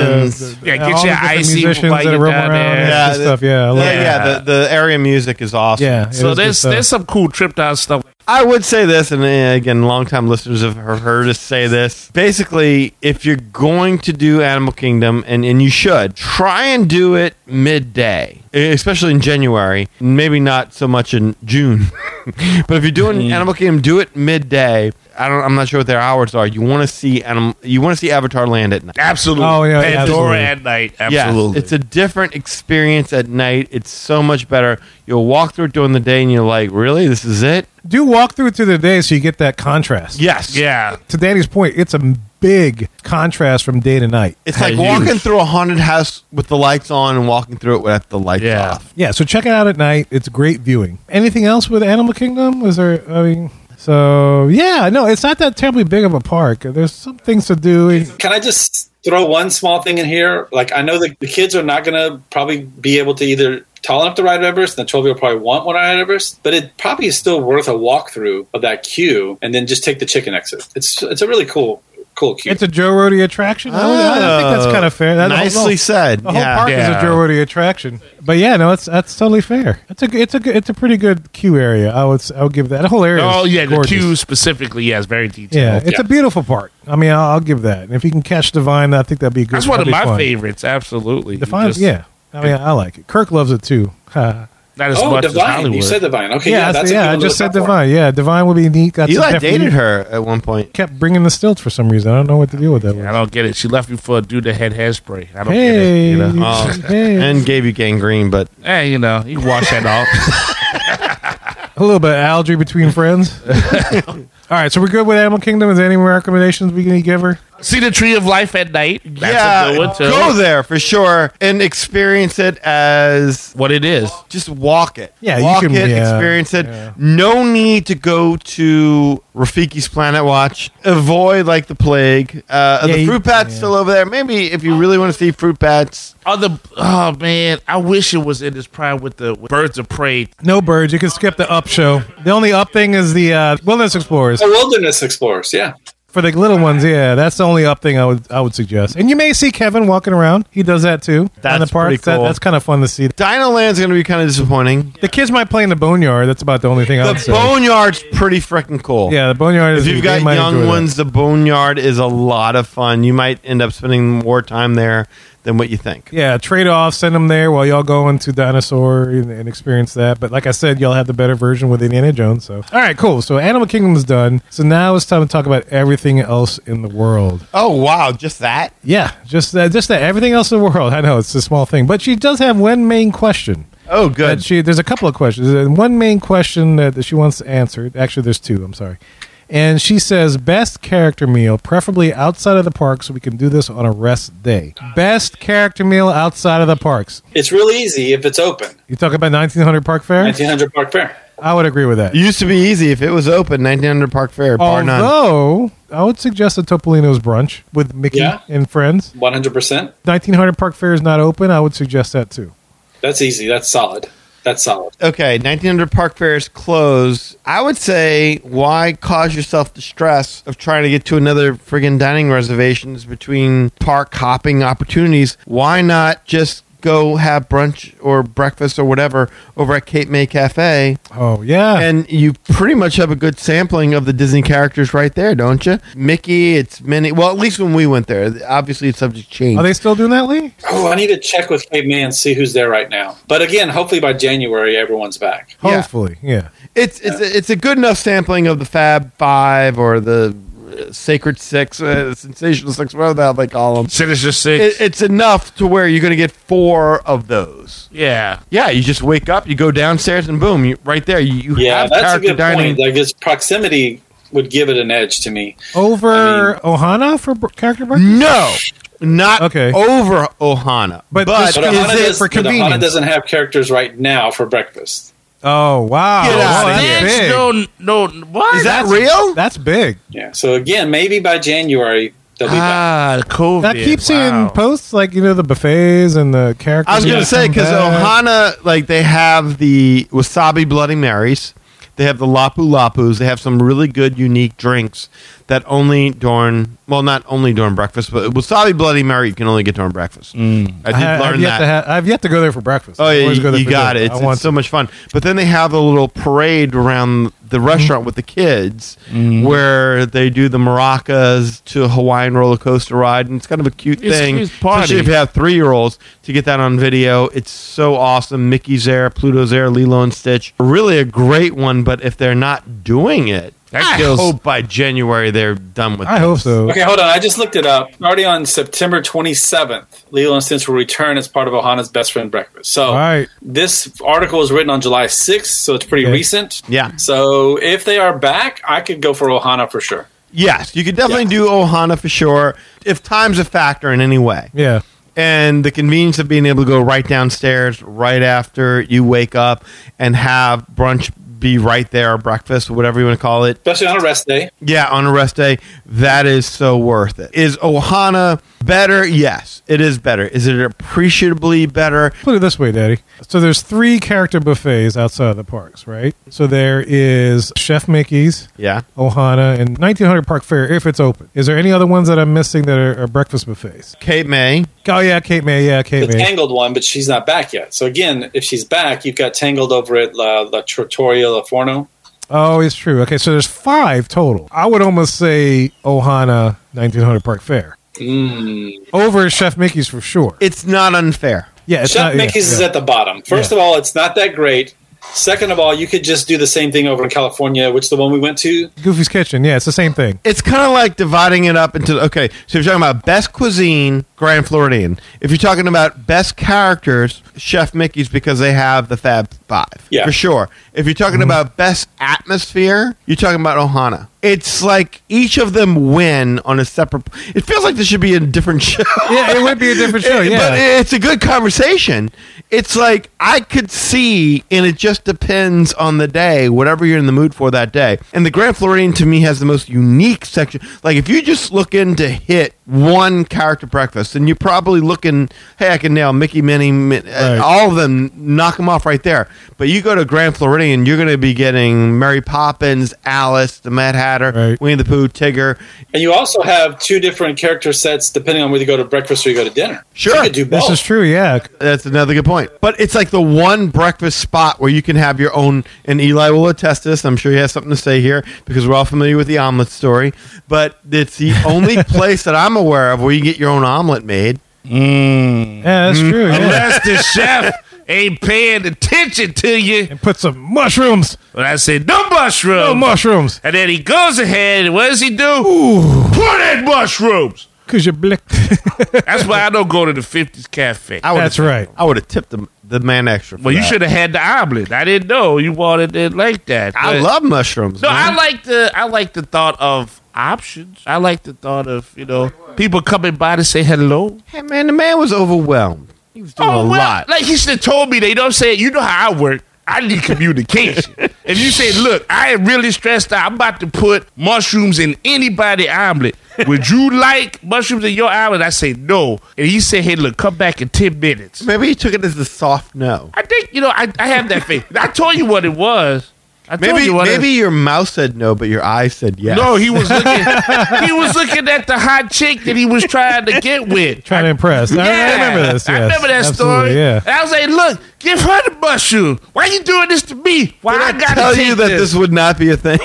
the-
Yeah, get
all the
your
different
icy
musicians
while
that
you're
roam around.
down there.
and
yeah,
good stuff. Yeah, I love
yeah,
it.
yeah, The, the area music is awesome.
yeah. it
So
is good
there's
stuff.
there's some cool trip down stuff.
I would say this, and uh, again, longtime listeners have have heard us say this. Basically, if you're going to do Animal Kingdom, and, and you should, try and do it midday, e, especially in January, maybe not so much in June. but if you're doing Animal Kingdom, do it midday. I don't. I'm not sure what their hours are. You want to see animal. You want to see Avatar Land at night.
Absolutely.
Oh, yeah,
Pandora
absolutely.
at night.
Yes,
Absolutely.
it's a different experience at night. It's so much better. You'll walk through it during the day, and you're like, "Really, this is it?"
Do walk through to the day so you get that contrast.
Yes.
yeah.
To Danny's point, it's a big contrast from day to night.
It's like
Huge.
walking through a haunted house with the lights on and walking through it with the lights
Yeah.
off.
Yeah, so check it out at night. It's great viewing. Anything else with Animal Kingdom? Was there? I mean, so yeah, no, it's not that terribly big of a park. There's some things to do.
Can I just throw one small thing in here? Like, I know that the kids are not going to probably be able to either tall enough to ride Everest, and the 12 year old probably want one ride Everest, but it probably is still worth a walkthrough of that queue and then just take the chicken exit. It's it's a really cool, cool queue.
It's a Joe Rody attraction. I, would- I think that's kind of fair. That, the whole-
Nicely said.
The whole
yeah.
park is
Yeah.
a Joe Rody attraction. But yeah, no, it's that's totally fair. It's a g- it's a g- it's a pretty good queue area. I would s- I would give that. The whole area.
Oh
is
yeah,
gorgeous.
the queue specifically, yes, very
Yeah,
detailed.
it's a beautiful park. I mean, I'll, I'll give that. And if you can catch Divine, I think that'd be good.
That's one
that'd
of
be
my
fun.
favorites, absolutely. You
Divine,
just-
yeah. I mean, I like it. Kirk loves it too. Ha.
Not as
oh,
much as
Divine.
Hollywood.
You said Divine. Okay,
yeah,
yeah,
I, said-
that's a good
yeah. I
one to
just said
look out for.
Divine. Yeah, Divine would be neat. That's
Eli
definitely-
dated her at one point.
Kept bringing the stilts for some reason. I don't know what to do with that.
I
one.
don't get it. She left me for a dude that had hairspray. I don't get
Hey,
it. You know?
Oh.
hey.
And gave you gangrene, but
Hey, you know, you can wash that off.
a little bit of algae between friends. All right, so we're good with Animal Kingdom. Is there any more recommendations we can give her?
See the tree of life at night. That's a
yeah,
good one too.
go there for sure and experience it as
What it is.
just walk it.
Yeah, you
walk
can-
it,
yeah,
experience it.
yeah.
No need to go to Rafiki's Planet Watch. Avoid like the plague. Uh,
Yeah,
the
you-
fruit pat's
yeah.
still over there. Maybe if you really want to see fruit bats,
Other oh man, I wish it was in this prime with the with birds of prey.
No birds. You can skip the up show. The only up thing is the uh, Wilderness Explorers.
The Wilderness Explorers, yeah.
For the little ones, yeah, that's the only up thing I would I would suggest. And you may see Kevin walking around. He does that too. in
That's
the parks.
pretty
That-
cool.
that's kind of fun to see.
Dino Land's going to be kind of disappointing.
The kids might play in the boneyard. That's about the only thing I would
The
say.
Boneyard's pretty freaking cool.
yeah, the boneyard.
If
is
you've
they
got
might enjoy
young
that.
ones, the Boneyard is a lot of fun. You might end up spending more time there than what you think.
yeah, trade off. Send them there while y'all go into dinosaur and, and experience that. But like I said, y'all have the better version with Indiana Jones. So all right, cool. So Animal Kingdom is done. So now it's time to talk about everything else in the world.
Oh, wow. Just that?
Yeah, just that, just that. Everything else in the world. I know it's a small thing, but she does have one main question.
Oh,
that
good.
she there's a couple of questions and one main question that, that she wants answered actually there's two i'm sorry and she says best character meal preferably outside of the park so we can do this on a rest day best character meal outside of the parks
It's real easy if it's open.
you talk about 1900 park fair
1900 Park Fair.
i would agree with that
It used to be easy if it was open, 1900 Park Fair, bar none.
although i would suggest a topolino's brunch with mickey
Yeah.
and friends
100%.
1900 park fair is not open i would suggest that too
That's easy. That's solid. That's solid.
Okay, 1900 Park Fair is closed. I would say, why cause yourself the stress of trying to get to another friggin' dining reservations between park hopping opportunities? Why not just go have brunch or breakfast or whatever over at Cape May Cafe
oh yeah
and you pretty much have a good sampling of the Disney characters right there, don't you? Mickey, it's Minnie. Well, at least when we went there, obviously it's subject to change.
are they still doing that lee
Oh, I need to check with Cape May and see who's there right now. But again, hopefully by January, everyone's back.
Yeah.
hopefully yeah
it's it's a, it's a good enough sampling of the Fab Five or the uh, Sacred Six, uh, Sensational Six, whatever the hell they call them.
Sinister Six.
It, it's enough to where you're going to get four of those.
yeah.
Yeah, you just wake up, you go downstairs, and boom, you, right there. You, you
Yeah,
have
that's a
character
good
dining.
point. Like this proximity would give it an edge to me.
Over Ohana for br- character breakfast?
No, not
Okay.
over Ohana.
But
But,
this-
but
But
Is
Ohana,
it
does,
for
but Ohana
convenience?
doesn't have characters right now for breakfast.
Oh, wow.
Get
Wow,
outta
that's
here.
Six,
big.
no, no, what?
is that
That's-
real?
That's big.
Yeah. So again, maybe by January they'll be back.
Ah, the COVID.
I keep seeing
Wow.
posts like, you know, the buffets and the characters.
I was going
that
to say
come
because
back.
Ohana, like they have the wasabi Bloody Marys, they have the lapu lapus, they have some really good unique drinks that only during well, not only during breakfast, but wasabi Bloody Mary you can only get during breakfast. I did
Mm. I, have
learn
yet
that.
To ha- I've yet to go there for breakfast.
Oh
I
yeah,
always go
you,
there
you
for
got
dinner.
it. It's,
I want
it's so much fun. But then they have a little parade around the restaurant with the kids, where they do the maracas to Hawaiian roller coaster ride, and it's kind of a cute
It's a
thing.
cute party.
Especially if you have three year olds to get that on video. It's so awesome. Mickey's there, Pluto's there, Lilo and Stitch. Really a great one. But if they're not doing it,
That
I
kills-
hope by January they're done with.
I hope so.
Okay, hold on. I just looked it up. Already on September 27th, Lilo and Stitch will return as part of Ohana's Best Friend Breakfast. So
All right.
this article was written on July 6th, so it's pretty
Okay.
recent.
Yeah.
So if they are back, I could go for Ohana for sure.
Yes, you could definitely
Yeah.
do Ohana for sure if time's a factor in any way.
Yeah.
and the convenience of being able to go right downstairs right after you wake up and have brunch be right there or breakfast or whatever you want to call it
Especially on a rest day.
yeah on a rest day that is so worth it is ohana better yes it is better is it appreciably better
Put it this way, Daddy. So there's three character buffets outside of the parks, right? So there is Chef Mickey's,
yeah
Ohana, and 1900 Park Fair if it's open. Is there any other ones that I'm missing that are, are breakfast buffets?
kate may
Oh yeah, Kate May. Yeah,
The
Kate May.
Tangled one, but she's not back yet. So again, if she's back, you've got Tangled over at La, La Trattoria La Forno.
Oh, it's true. Okay, so there's five total. I would almost say Ohana, 1900 Park Fair. Over Chef Mickey's for sure.
it's not unfair
Yeah, it's
Chef
not, yeah,
Mickey's is
yeah.
at the bottom. First
Yeah.
of all, it's not that great. Second of all, you could just do the same thing over in California, which the one we went to.
Goofy's Kitchen. Yeah, it's the same thing.
it's kind of like dividing it up into okay. So if you're talking about best cuisine, Grand Floridian. If you're talking about best characters, Chef Mickey's because they have the Fab Five
Yeah.
for sure. If you're
Mm-hmm.
talking about best atmosphere, you're talking about Ohana. It's like each of them win on a separate. It feels like this should be a different show.
Yeah, it would be a different show.
It-
Yeah,
Eh, But it's a good conversation. It's like I could see, and it just depends on the day, whatever you're in the mood for that day. And the Grand Floridian to me has the most unique section. Like if you just look in to hit one character breakfast, and you're probably looking, hey, I can nail Mickey, Minnie, Min- uh,
Right.
all of them, knock them off right there. But you go to Grand Floridian, you're going to be getting Mary Poppins, Alice, the Mad Hatter,
Right.
Winnie the Pooh, Tigger.
And you also have two different character sets depending on whether you go to breakfast or you go to dinner.
Sure.
You could do
this
both.
is true. Yeah,
That's another good point. But it's like the one breakfast spot where you can have your own. And Eli will attest to this. I'm sure he has something to say here because we're all familiar with the omelet story. But it's the only place that I'm aware of where you get your own omelet made.
yeah, that's true. Yeah.
Unless the chef ain't paying attention to you.
Put some mushrooms.
But I said, no mushroom.
No mushrooms.
And then he goes ahead, and what does he do? Put in mushrooms.
Cause you blick.
That's why I don't go to the 50s cafe.
I would
That's
have,
right.
I would have tipped the, the man extra. for
well, you
that.
should have had the omelet. I didn't know you wanted it like that.
I
But-
love mushrooms.
No,
man.
I like the I like the thought of options. I like the thought of you know people coming by to say hello.
Hey, man, the man was overwhelmed. He was doing a
Oh, well,
lot.
Like he should have told me that. You know what I'm saying? You know how I work. I need communication. if you say, look, I am really stressed out. I'm about to put mushrooms in anybody omelet. Would you like mushrooms in your omelet? I say no. And he said, hey, look, come back in 10 minutes.
Maybe he took it as a soft no.
I think, you know, I, I have that faith. I told you what it was. I told
Maybe
you what it-
maybe your mouth said no, but your eyes said yes.
No, he was looking. he was looking at the hot chick that he was trying to get with.
Trying to impress. I- I, remember this.
I
yes.
remember that
Absolutely,
story.
Yeah.
And I was like, look, give her the mushroom. Why you doing this to me? Why
Did
I, gotta
tell
take
you that
this?
this would not be a thing.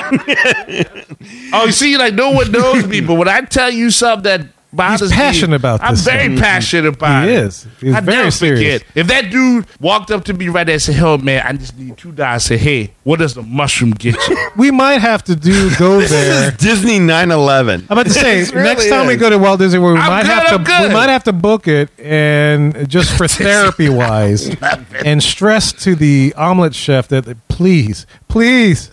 Oh, you see, like no one knows me, but when I tell you something that bothers me.
passionate about
I'm
this
very
stuff.
passionate about
He
it.
is. He's
I
very
never
serious.
forget. If that dude walked up to me right there and said, "Hell, man, I just need two dollars," I said, "Hey, what does the mushroom get you?"
We might have to do go
This
there.
is Disney 911.
I'm about to say
This really
next time we
is.
go to Walt Disney World, we
I'm
might
good,
have to
I'm good.
we might have to book it and just for therapy wise, and stress to the omelet chef that please, please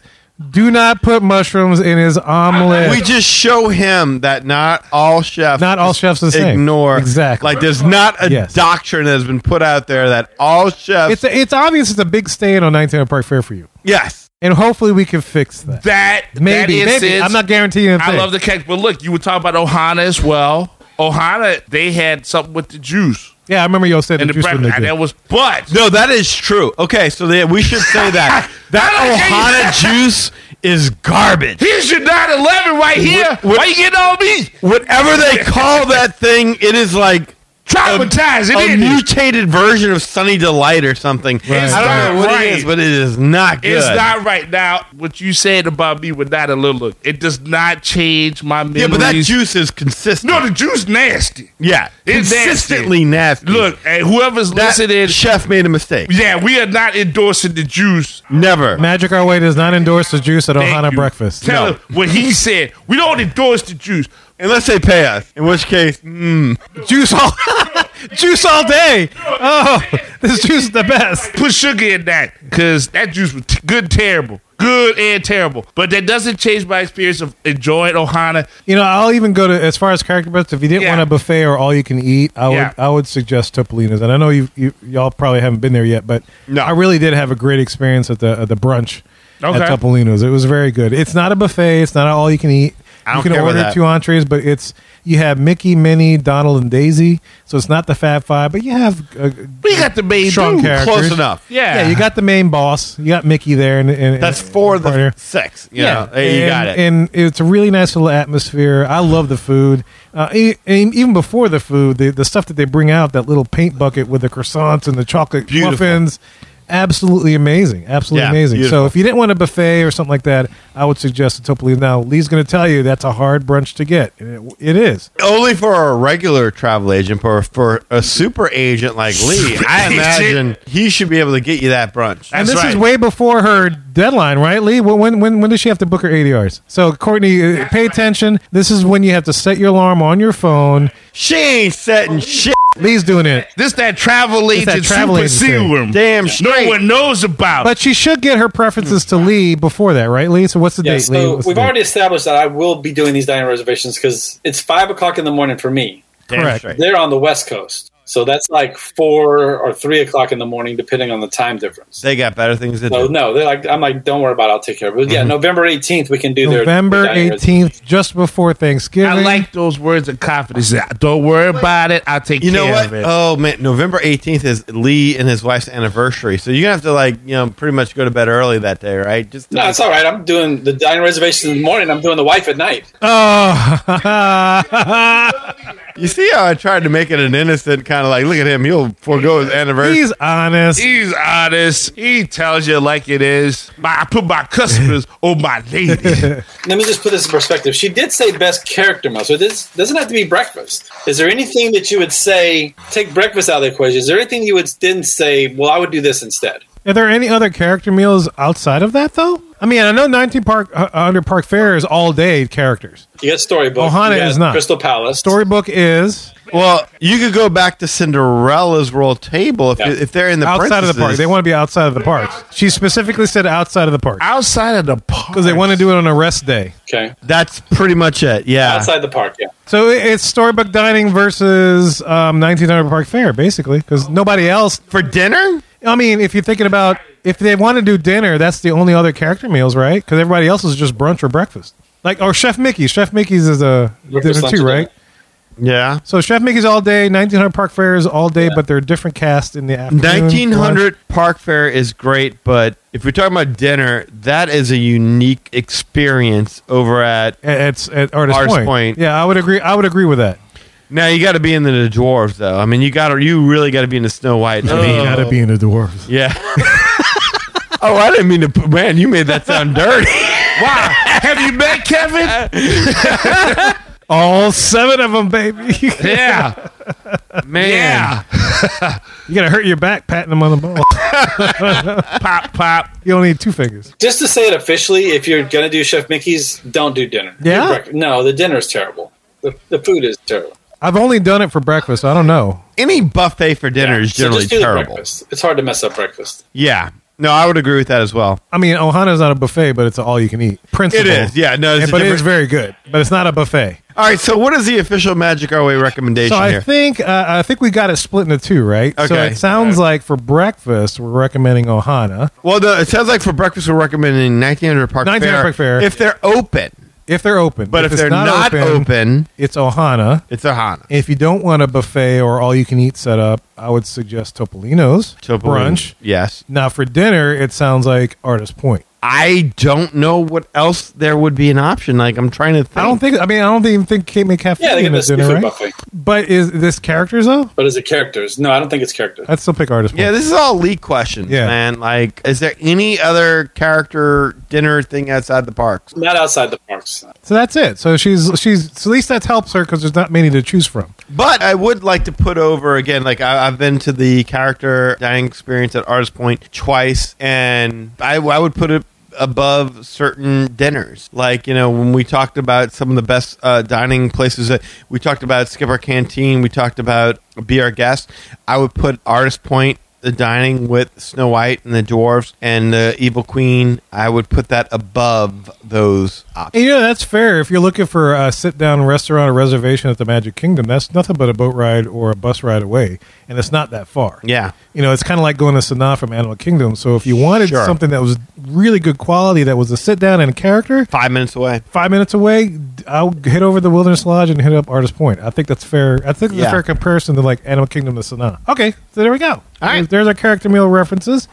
do not put mushrooms in his omelet.
we just show him that not all chefs
Not all chefs are the same.
ignore
Exactly.
like there's not a
Yes.
doctrine that has been put out there that all chefs
it's it's obvious it's a big stand on 19 Park Fair for you,
yes
and hopefully we can fix that.
that
Maybe,
that
maybe
instance-
I'm not guaranteeing. a
I
thing.
love the cake, but look, you were talking about Ohana as well. Ohana, they had something with the juice
Yeah, I remember you all said
and
that
the
you said
breakfast.
they
and
did.
That was but
no that is true okay so they, we should say that that Ohana juice is garbage
here's your 911 right here.
what-
Why you getting on me?
whatever they call that thing it is like
Traumatized,
a, a
it is.
mutated version of Sunny Delight or something
It's
I don't know what
not right.
it is but it is not good
It's not right now. What you said about me with not a little look, it does not change my memories.
yeah but that juice is consistent
No, the juice nasty.
yeah
It's
consistently nasty,
Look, and whoever's
that
listening,
chef made a mistake
yeah, we are not endorsing the juice.
Never.
Magic Our Way does not endorse the juice at
Thank
Ohana
you.
Breakfast.
Tell
No.
him what he said. We don't endorse the juice.
Unless they pay us. In which case, mm.
Juice all, juice all day. Oh, this juice is the best.
put sugar in that because that juice was t- good, and terrible, good and terrible. But that doesn't change my experience of enjoying Ohana.
You know, I'll even go to as far as character best. If you didn't
Yeah.
want a buffet or all you can eat, I would
Yeah.
I would suggest Topolino's. And I know you, you y'all probably haven't been there yet, but
No.
I really did have a great experience at the at the brunch
Okay.
at Topolino's. It was very good. It's not a buffet. It's not all you can eat.
I
you
don't
can
care about
order
that.
two entrees, but it's you have Mickey, Minnie, Donald, and Daisy. So it's not the Fab Five, but you have a,
We got the main
strong
dude.
characters.
close enough.
Yeah.
Yeah, you got the main boss. You got Mickey there, and, and
That's
and-
for
and
the
partner.
six. You yeah, know, you
and,
got it.
And it's a really nice little atmosphere. I love the food. Uh, e- and even before the food, the, the stuff that they bring out, that little paint bucket with the croissants and the chocolate
Beautiful.
muffins, absolutely amazing. Absolutely
Yeah,
amazing.
beautiful.
So if you didn't want a buffet or something like that, I would suggest the Topolino. Now, Lee's going to tell you that's a hard brunch to get. and It, it is.
Only for a regular travel agent, but for a super agent like Lee,
Super
I
agent.
imagine he should be able to get you that brunch.
And
That's
this
right.
is way before her deadline, right, Lee? When when when, when does she have to book her ADRs? So Courtney, uh, pay attention. This is when you have to set your alarm on your phone.
She ain't setting shit.
Lee's doing it,
This that travel
It's that
agent
travel
super
agency.
serum.
Damn
No
straight.
one knows about.
but she should get her preferences to Lee before that, right, Lee? So what's the
Hmm. Yeah,
date, Lee?
so
What's the
we've
date?
already established that I will be doing these dining reservations because it's five o'clock in the morning for me.
Damn
correct.
straight.
They're on the West Coast, so that's like four or three o'clock in the morning, depending on the time difference.
They got better things to
So
do.
no, they're like I'm like, don't worry about, it. I'll take care of it. But yeah, November eighteenth we can do their-
Mm-hmm. November
their dining
eighteenth, just before Thanksgiving.
I like those words of confidence. Don't worry about it. I'll take
You know
care
what?
of it.
Oh man, November eighteenth is Lee and his wife's anniversary, so you're gonna have to like you know pretty much go to bed early that day, right? Just to
No, it's all right. I'm doing the dining reservations in the morning. I'm doing the wife at night.
Oh,
you see how I tried to make it an innocent kind of like look at him, he'll forego his anniversary.
he's honest.
He's honest. He tells you like it is. My, I put my customers on my lady.
Let me just put this in perspective. She did say best character meal, so this doesn't have to be breakfast. Is there anything that you would say take breakfast out of the equation? Is there anything you would didn't say? Well, I would do this instead.
Are there any other character meals outside of that though? I mean, I know nineteen Park uh, under Park Fair is all day characters.
You got storybook.
Ohana
you got
is not.
Crystal Palace.
Storybook is
Well, you could go back to Cinderella's royal table if,
Yeah.
if they're in the
outside of the park.
princesses.
They want to be outside of the park. She specifically said outside of the park
Outside of the park.
because they want to do it on a rest day.
Okay,
That's pretty much it. Yeah,
outside the park. Yeah,
So it- it's storybook dining versus um, 1900 Park Fair, basically, because nobody else.
for dinner.
I mean, if you're thinking about if they want to do dinner, that's the only other character meals, right? Because everybody else is just brunch or breakfast. Like or Chef Mickey's. Chef Mickey's is a
Breakfast,
dinner
lunch,
too,
and
right?
dinner.
Yeah,
So Chef Mickey's all day, 1900 Park Fair is all day, but they're different cast in the afternoon.
nineteen
lunch.
hundred Park Fair is great, but if we're talking about dinner, that is a unique experience over at.
It's at Artist
Artist
Point.
Point.
Yeah, I would agree. I would agree with that.
Now you got to be in the dwarves though. I mean, you got to you really got to be in the Snow White. to
You
me.
gotta be in the dwarves.
Yeah. oh, I didn't mean to. put- Man, you made that sound dirty.
Wow. Have you met Kevin?
All seven of them, baby. You're
Yeah.
Man.
Yeah.
gonna hurt your back patting them on the ball.
Pop, pop.
You only need two fingers.
Just to say it officially, if you're gonna do Chef Mickey's, don't do dinner.
Yeah?
Do breakfast. No, the dinner is terrible. The, the food is terrible.
I've only done it for breakfast. I don't know.
Any buffet for dinner is
So
generally
just do the
terrible.
breakfast. It's hard to mess up breakfast.
Yeah. No, I would agree with that as well.
I mean, Ohana's not a buffet, but it's all you can eat. Principle.
is, yeah, no, it's a
but it is
different-
very good. But it's not a buffet.
All right. So, what is the official Magic Our Way recommendation
So I
here?
think uh, I think we got it split into two, right? So
Okay.
it sounds like for breakfast we're recommending Ohana
well, the, it sounds like for breakfast we're recommending 1900 Park
1900
Fair.
Park Fair.
If they're open,
if they're open.
but if,
it's
they're not, open,
it's Ohana.
it's a Hana.
If you don't want a buffet or all you can eat setup, I would suggest Topolino's brunch.
Yes.
Now for dinner, it sounds like Artist Point.
I don't know what else there would be an option. Like I'm trying to think.
I don't think. I mean, I don't even think Kate McCaffrey
Yeah, they
in
get
a
a
dinner,
seafood
right?
buffet.
But is this characters though?
But is it characters? No, I don't think it's characters.
I'd still pick Artist
Yeah,
Point.
this is all leak questions,
Yeah.
man. Like, is there any other character dinner thing outside the parks?
Not outside the parks.
So that's it. So she's she's so at least that helps her because there's not many to choose from.
But I would like to put over again. Like, I, I've been to the character dining experience at Artist Point twice, and I, I would put it above certain dinners. Like, you know, when we talked about some of the best uh, dining places that we talked about, Skipper Canteen, we talked about Be Our Guest. I would put Artist Point the dining with Snow White and the dwarves and the Evil Queen, I would put that above those options.
And, you know, that's fair. If you're looking for a sit down restaurant or reservation at the Magic Kingdom, that's nothing but a boat ride or a bus ride away. And it's not that far.
Yeah.
You know, it's kind of like going to Sanaa from Animal Kingdom. So if you wanted
Sure.
something that was really good quality, that was a sit down and a character,
Five minutes away.
five minutes away, I'll hit over the Wilderness Lodge and hit up Artist Point. I think that's fair. I think it's
Yeah.
a fair comparison to like Animal Kingdom to Sanaa. Okay. So there we go. All
right. Mm.
There's our character meal references.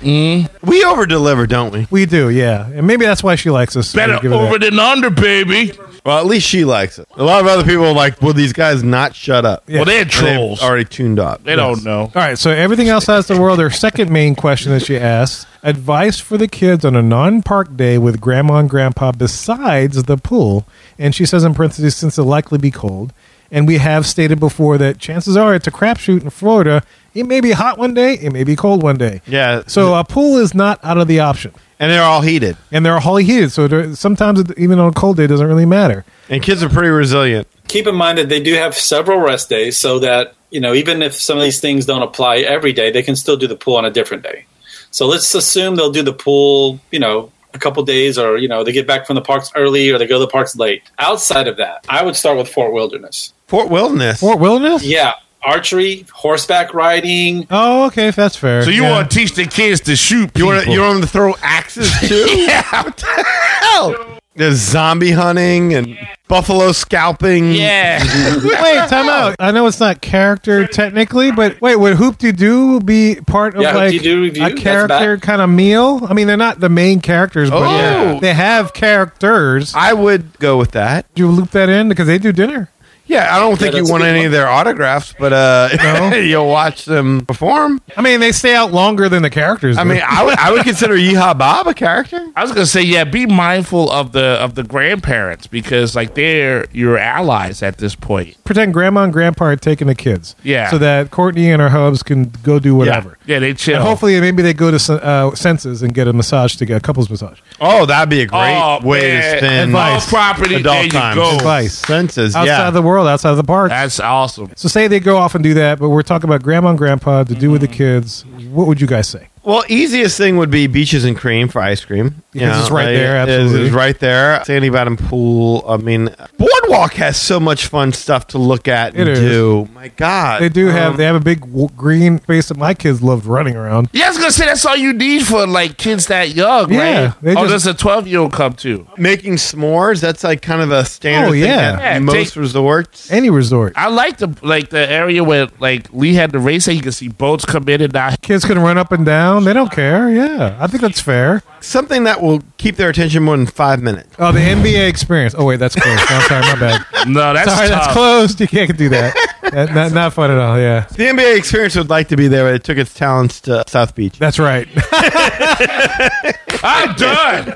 We over deliver, don't we?
We do, yeah. And maybe that's why she likes us.
Better
We'll give her that.
over than under, baby.
Well, at least she likes it. A lot of other people are like, will these guys not shut up?
Yeah.
Well, they're
And they've
trolls.
already tuned up.
They don't know.
All right, so everything outside the world, her second main question that she asks advice for the kids on a non park day with grandma and grandpa besides the pool. And she says in parentheses, since it'll likely be cold. And we have stated before that chances are it's a crapshoot in Florida. It may be hot one day, it may be cold one day.
Yeah.
So a pool is not out of the option.
and they're all heated.
And they're all heated, so there- sometimes it- even on a cold day, it doesn't really matter.
And kids are pretty resilient.
keep in mind that they do have several rest days so that you know even if some of these things don't apply every day they can still do the pool on a different day so let's assume they'll do the pool you know a couple days or you know they get back from the parks early or they go to the parks late outside of that i would start with fort wilderness
Fort Wilderness.
Fort Wilderness?
yeah archery horseback riding
Oh, okay, if that's fair.
So you
Yeah.
want to teach the kids to shoot
you
people.
want you want them to throw axes too? yeah. What the hell? There's zombie hunting and buffalo scalping.
yeah.
Wait, time out. I know it's not character technically, but wait, would Hoop De Doo be part of
Yeah,
like
Hoop-de-doo review,
a
that's
character
back.
kind of meal? I mean, they're not the main characters, but
Oh. Yeah.
they have characters.
I would go with that.
Do you loop that in because they do dinner?
Yeah, I don't think you
that's a
want
good
any
one.
of their autographs, but uh, you'll watch them perform.
I mean, they stay out longer than the characters.
I
do.
mean, I would I would consider Yeehaw Bob a character.
I was gonna say, yeah, be mindful of the of the grandparents because like they're your allies at this point.
pretend grandma and grandpa are taking the kids,
Yeah.
so that Courtney and her hubs can go do whatever.
Yeah, they chill.
And hopefully, maybe they go to uh, senses and get a massage to get a couple's massage.
Oh, that'd be a great
Oh,
way
man.
to spend
Advice. Off property,
adult
there you
time.
go.
Advice.
senses,
Outside
yeah.
the world, outside the park.
That's awesome.
So say they go off and do that, but we're talking about grandma and grandpa to do with the
Mm-hmm.
kids. What would you guys say?
well, easiest thing would be beaches and cream for ice cream. You
Because it's right there,
it is-
absolutely.
It's right there. Sandy Bottom Pool. I mean, Boardwalk has so much fun stuff to look at and
It is.
do. My God,
They do have
Um,
they have a big w- green space that my kids loved running around.
Yeah, I was gonna say that's all you need for like kids that young,
Yeah,
right?
they
oh,
just-
does a twelve year old come too?
making s'mores. That's like kind of a standard.
Oh,
thing
yeah.
at
Yeah,
most
take-
resorts.
Any resort,
I like the like the area where like Lee had the race and you can see boats come in and out.
kids can run up and down. They don't care. Yeah, I think that's fair.
Something that will keep their attention more than five minutes.
Oh, the NBA experience. Oh wait, that's closed. I'm sorry, my bad.
No, that's
sorry,
tough.
that's closed. You can't do that. That- not, not fun at all. Yeah,
The NBA experience would like to be there, but it took its talents to South Beach.
that's right.
I'm done.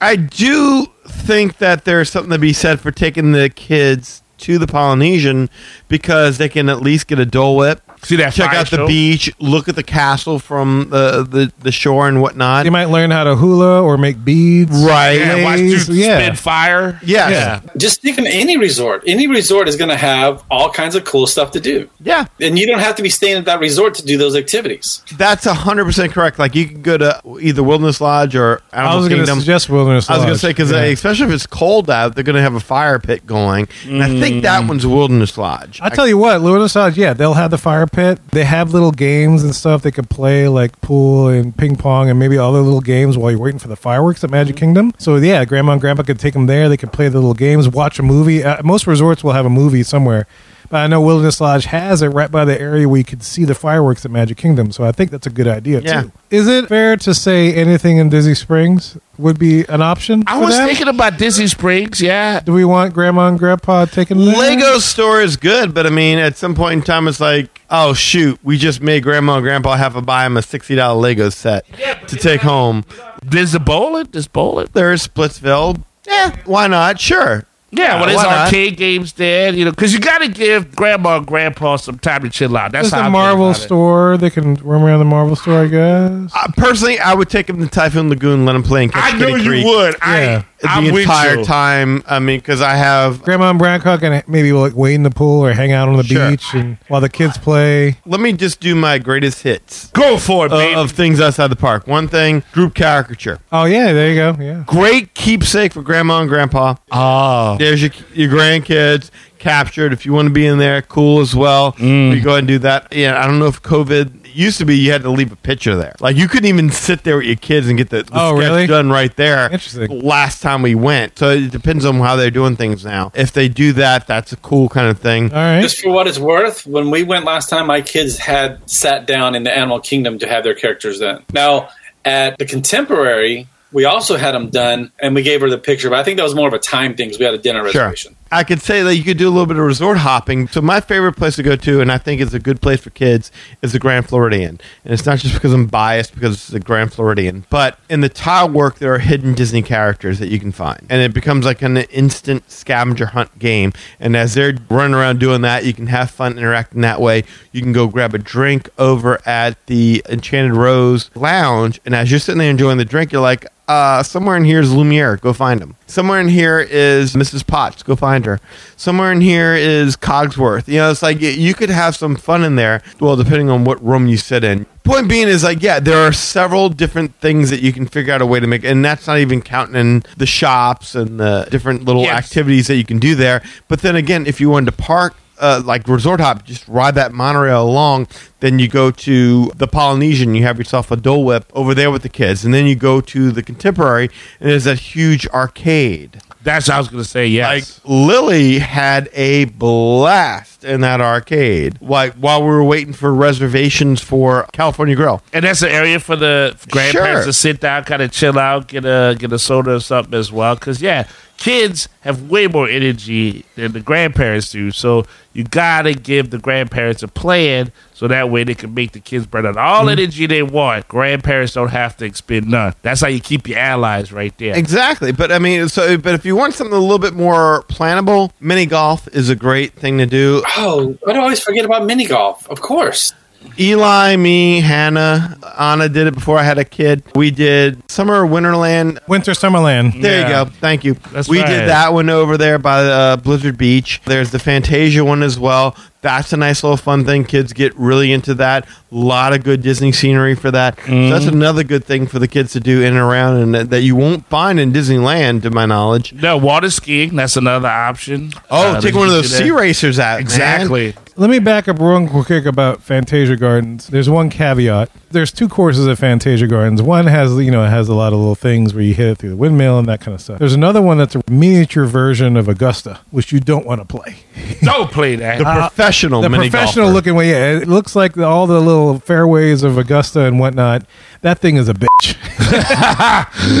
I do think that there's something to be said for taking the kids to the Polynesian because they can at least get a Dole Whip,
See that
check
fire
out the
show?
beach, look at the castle from the the, the shore and whatnot.
You might learn how to hula or make beads.
right.
Yeah, watch
Blaze,
dudes
yeah.
spit fire.
Yes.
Yeah.
Just think of any resort. Any resort is going to have all kinds of cool stuff to do.
Yeah.
And you don't have to be staying at that resort to do those activities.
That's hundred percent correct. Like you can go to either Wilderness Lodge or Animal
I was going to
Kingdom.
suggest Wilderness
I was going to
Lodge.
say because
Yeah.
especially if it's cold out, they're going to have a fire pit going, and I think
Mm.
that one's Wilderness Lodge.
I tell you what, Wilderness Lodge, yeah, they'll have the fire pit. They have little games and stuff they could play, like pool and ping pong and maybe other little games while you're waiting for the fireworks at Magic Kingdom. So, yeah, grandma and grandpa could take them there. They could play the little games, watch a movie. Uh, most resorts will have a movie somewhere. But I know Wilderness Lodge has it right by the area where you could see the fireworks at Magic Kingdom. So I think that's a good idea,
Yeah.
too. Is it fair to say anything in Disney Springs would be an option?
I
for
was
them?
thinking about Disney Springs. Yeah,
Do we want grandma and grandpa taking them?
Lego store is good, but I mean, at some point in time, it's like, oh shoot, we just made grandma and grandpa have to buy them a sixty dollar Lego set to take home.
there's the bowling. There's bowling.
There's Splitsville. Yeah, why not? Sure.
Yeah, well, there's
why not?
arcade games there. You know, because you got to give grandma and grandpa some time to chill out. That's
There's
how
the
I feel
Marvel
about it.
store. They can roam around the Marvel store, I guess.
Uh, personally, I would take them to Typhoon Lagoon, let them play in Catch
I knew
Kitty
you
Creek
would.
Yeah.
I,
the
I'm with
entire
you.
time. I mean, because I have
Grandma and Grandpa can maybe like wait in the pool or hang out on the
Sure.
beach and while the kids play.
let me just do my greatest hits
Go for it,
of,
baby.
of things outside the park. One thing, group caricature.
Oh yeah, there you go. Yeah,
Great keepsake for grandma and grandpa.
oh,
There's your your grandkids captured. If you want to be in there, cool as well.
Mm.
You go ahead and do that. Yeah, I don't know if COVID it used to be you had to leave a picture there. Like you couldn't even sit there with your kids and get the, the
Oh,
sketch
really?
done right there.
Interesting.
Last time we went, so it depends on how they're doing things now. If they do that, that's a cool kind of thing.
all right.
Just for what it's worth, when we went last time, my kids had sat down in the Animal Kingdom to have their characters done. Now, at the Contemporary, we also had them done, and we gave her the picture, but I think that was more of a time thing because we had a dinner reservation.
I could say that you could do a little bit of resort hopping. So my favorite place to go to, and I think it's a good place for kids, is the Grand Floridian. And it's not just because I'm biased because it's the Grand Floridian, but in the tile work there are hidden Disney characters that you can find, and it becomes like an instant scavenger hunt game. And as they're running around doing that, you can have fun interacting that way. You can go grab a drink over at the Enchanted Rose Lounge, and as you're sitting there enjoying the drink, you're like, uh, somewhere in here is Lumiere. Go find him. Somewhere in here is Mrs. Potts. Go find her. Somewhere in here is Cogsworth. You know, it's like y- you could have some fun in there. Well, depending on what room you sit in. Point being is like, yeah, there are several different things that you can figure out a way to make, and that's not even counting in the shops and the different little
Yes.
activities that you can do there. But then again, if you wanted to park uh, like resort hop, just ride that monorail along. Then you go to the Polynesian, you have yourself a Dole Whip over there with the kids, and then you go to the Contemporary, and there's that huge arcade.
that's what I was gonna say. Yes,
Like Lily had a blast in that arcade. Like while we were waiting for reservations for California Grill.
and that's an area for the grandparents
Sure.
to sit down, kind of chill out, get a get a soda or something as well. Because yeah, kids have way more energy than the grandparents do. So you gotta give the grandparents a plan, so that way they can make the kids burn out all
Mm-hmm.
energy they want. Grandparents don't have to expend none. That's how you keep your allies right there.
Exactly. But I mean, so but if you want something a little bit more planable, mini golf is a great thing to do.
Oh, why do I always forget about mini golf? Of course.
Eli, me, Hannah, Anna did it before I had a kid. We did Summer Winterland.
Winter Summerland.
There
Yeah.
you go. Thank you.
That's
we
right.
did that one over there by uh, Blizzard Beach. There's the Fantasia one as well. That's a nice little fun thing. Kids get really into that. A lot of good Disney scenery for that.
Mm-hmm.
So that's another good thing for the kids to do in and around, and that, that you won't find in Disneyland, to my knowledge.
No, water skiing, that's another option.
Oh,
Uh,
take
that
one of
you
those
can do
sea
that.
racers out. man.
Exactly.
Let me back up real quick about Fantasia Gardens. There's one caveat. There's two courses at Fantasia Gardens. One has you know it has a lot of little things where you hit it through the windmill and that kind of stuff. There's another one that's a miniature version of Augusta, which you don't want to play.
Don't play that.
The professional,
the
Oh, mini
professional
golfer.
looking way. Yeah, it looks like the, all the little fairways of Augusta and whatnot. That thing is a bitch.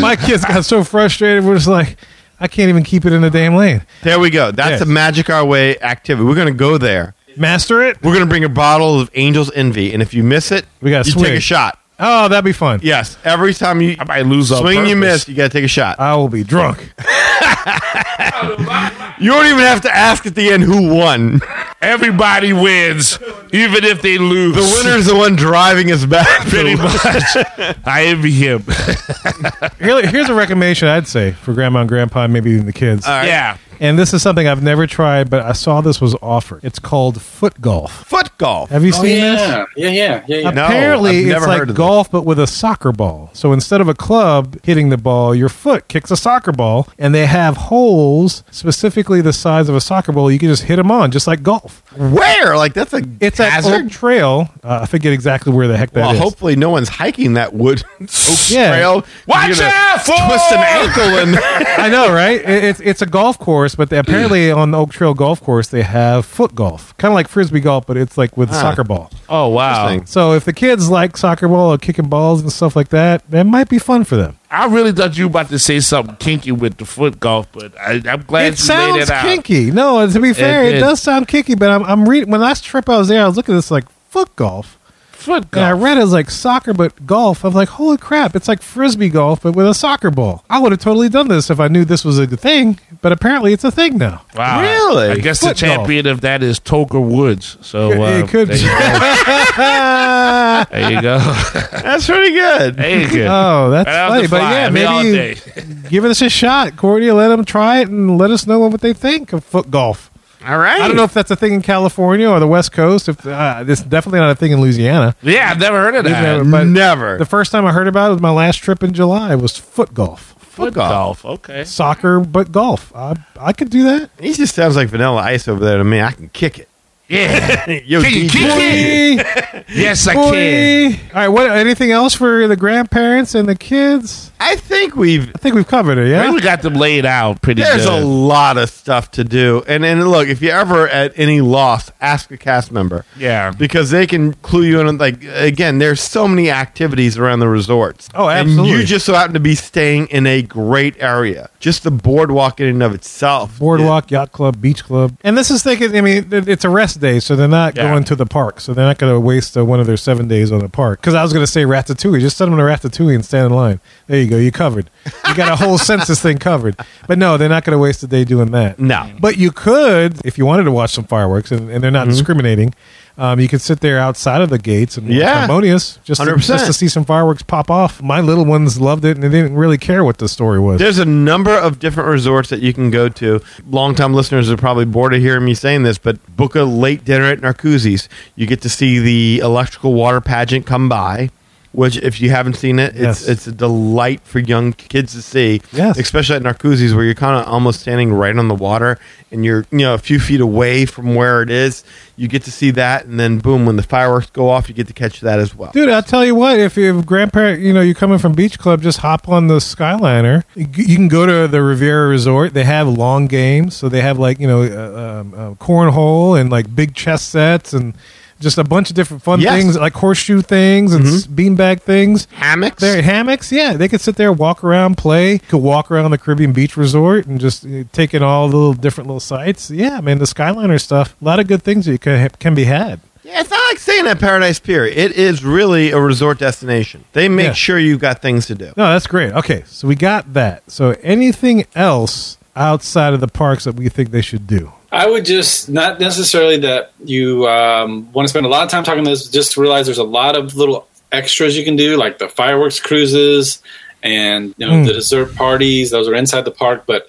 My kids got so frustrated. We're just like, I can't even keep it in the damn lane.
There we go. That's
Yes.
a magic our way activity. We're going to go there.
Master it.
We're gonna bring a bottle of Angel's Envy, and if you miss it,
We got a
you
swig.
take a shot.
Oh, that'd be fun.
Yes, every time you
I might lose on
swing, you
purpose.
miss. You got to take a shot.
I will be drunk.
you don't even have to ask at the end who won.
Everybody wins, even if they lose.
The winner's the one driving us back.
pretty much. I envy him.
Here, here's a recommendation I'd say for grandma and grandpa, and maybe even the kids.
Yeah.
and this is something I've never tried, but I saw this was offered. It's called foot golf.
Foot golf.
Have you seen this?
Oh, yeah, yeah, yeah, yeah, yeah.
No, I've
Apparently,
never
it's
heard
like
of
golf, but with a soccer ball. So instead of a club hitting the ball, your foot kicks a soccer ball, and they have holes specifically the size of a soccer ball. You can just hit them on, just like golf.
Where? Like that's a
It's at
hazard.
Oak Trail. Uh, I forget exactly where the heck that is.
well, hopefully no one's hiking that wood oak
Yeah.
trail.
Watch
You're gonna
out for
Twist an ankle and
I know, right? It, it's it's a golf course, but they- apparently on the Oak Trail Golf Course they have foot golf, kind of like frisbee golf, but it's like with soccer ball.
Oh wow!
So if the kids like soccer ball or kicking balls and stuff like that, that might be fun for them.
I really thought you were about to say something kinky with the foot golf, but I, I'm glad
it
you laid
sounds
it out.
kinky. No, to be fair, it,
it-
does sound kinky. But I'm I'm reading when last trip I was there, I was looking at this like foot golf,
Foot
and I
golf.
read it as like soccer but golf. I was like, holy crap, it's like frisbee golf but with a soccer ball. I would have totally done this if I knew this was a thing, but apparently it's a thing now.
Wow.
Really?
I guess
Foot
the champion of that is Toker Woods. So
It-
uh,
it could
There
be.
you go. There you go.
that's pretty good.
There you go.
Oh, that's
Right off
funny.
the
But
fly.
yeah,
I mean, all
maybe
day.
give us a shot, Cordia. Let them try it and let us know what they think of foot golf.
All right.
I don't know if that's a thing in California or the West Coast. If uh, it's definitely not a thing in Louisiana.
Yeah, I've never heard of that.
Never, but
Uh, Never.
the first time I heard about it was my last trip in July. Was foot golf,
foot golf. Okay.
soccer, but golf. I I could do that.
he just sounds like Vanilla Ice over there to me. I can kick it.
Yeah.
Yo,
Can you
DJ.
kick it? yes, I can.
Boy. All right. What? Anything else for the grandparents and the kids?
I think we've
I think we've covered it.
I think
Yeah.
we got them laid out pretty
There's
good.
a lot of stuff to do. And and look, if you're ever at any loss, ask a cast member.
Yeah.
Because they can clue you in on like again, there's so many activities around the resorts.
Oh,
And
absolutely.
you just so happen to be staying in a great area. Just the boardwalk in and of itself.
Boardwalk, yacht club, beach club, and this is thinking. I mean, it- it's a rest day, so they're not
Yeah.
going to the park, so they're not going to waste uh, one of their seven days on the park. Because I was going to say Ratatouille, just send them to Ratatouille and stand in line. There you go, you covered. You got a whole census thing covered. But no, they're not going to waste a day doing that.
No.
But you could, if you wanted to watch some fireworks, and, and they're
Mm-hmm.
not discriminating, um, you could sit there outside of the gates and watch
Yeah.
harmonious just to,
100%.
just to see some fireworks pop off. My little ones loved it, and they didn't really care what the story was.
There's a number of different resorts that you can go to. Longtime listeners are probably bored of hearing me saying this, but book a late dinner at Narcoozies. You get to see the electrical water pageant come by, which if you haven't seen it,
Yes.
it's it's a delight for young kids to see.
Yes.
Especially at Narcoozies where you're kind of almost standing right on the water and you're, you know, a few feet away from where it is. You get to see that and then boom, when the fireworks go off, you get to catch that as well.
Dude, I'll tell you what. If your grandparent, you know, you're coming from beach club, just hop on the Skyliner. You you can go to the Riviera Resort. They have long games, so they have like you know, uh, um, uh, cornhole and like big chess sets and just a bunch of different fun
Yes.
things like horseshoe things and s beanbag things.
Hammocks?
They're hammocks, yeah. They could sit there, walk around, play. Could walk around the Caribbean beach resort and just uh, take in all the little different little sites. Yeah, man, the Skyliner stuff. A lot of good things that you can can be had.
Yeah, it's not like staying at Paradise Pier. It is really a resort destination. They make
Yeah.
sure you've got things to do.
No, that's great. Okay, so we got that. So anything else outside of the parks that we think they should do?
I would just not necessarily that you um, want to spend a lot of time talking to this. Just realize there's a lot of little extras you can do, like the fireworks cruises and you know
Hmm.
the dessert parties. Those are inside the park, but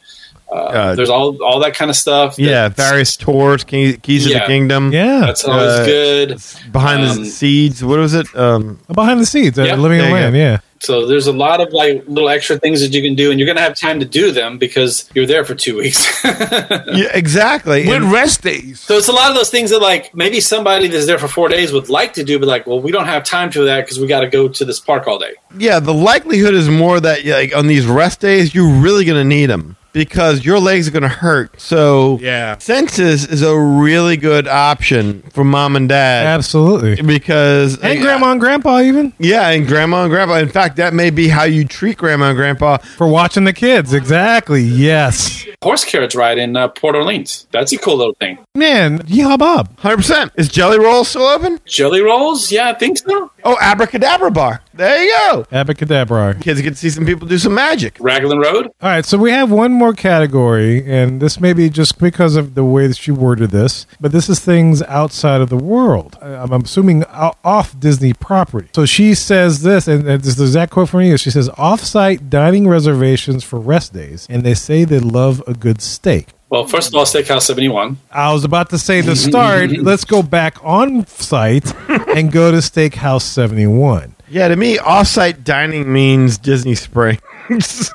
Uh,
there's all all that kind of stuff. that-
yeah, various tours, key, keys to the
Yeah.
kingdom.
Yeah,
that's always
Uh,
good.
behind
Um,
the seeds. What was it? Um,
behind the scenes, uh,
Yeah,
living in
there you
land.
go.
Yeah,
So there's a lot of like little extra things that you can do, and you're going to have time to do them because you're there for two weeks.
yeah, exactly.
With
And-
rest days.
So it's a lot of those things that like maybe somebody that's there for four days would like to do, but like, well, we don't have time to that because we got to go to this park all day.
yeah, the likelihood is more that yeah, like, on these rest days, you're really going to need them because your legs are going to hurt. So
Yeah.
census is a really good option for mom and dad
absolutely.
because
And grandma and grandpa even
Yeah, and grandma and grandpa. In fact, that may be how you treat grandma and grandpa.
for watching the kids. Exactly. Yes,
Horse carriage ride in uh, Port Orleans. That's a cool little thing.
man. Yeehaw, Bob.
Hundred percent. Is Jelly Roll still open?
Jelly rolls? Yeah, I think so.
Oh, Abracadabra Bar. There you go.
Abacadabra.
Kids get to see some people do some magic.
Raglan Road.
All right, so we have one more category, and this may be just because of the way that she worded this, but this is things outside of the world. I- I'm assuming o- off Disney property. So she says this, and and this is the exact quote from you. She says, "Off-site dining reservations for rest days, and they say they love a good steak."
Well, first of all, Steakhouse 71.
I was about to say to start, let's go back on site and go to Steakhouse 71.
Yeah, to me, offsite dining means Disney Springs.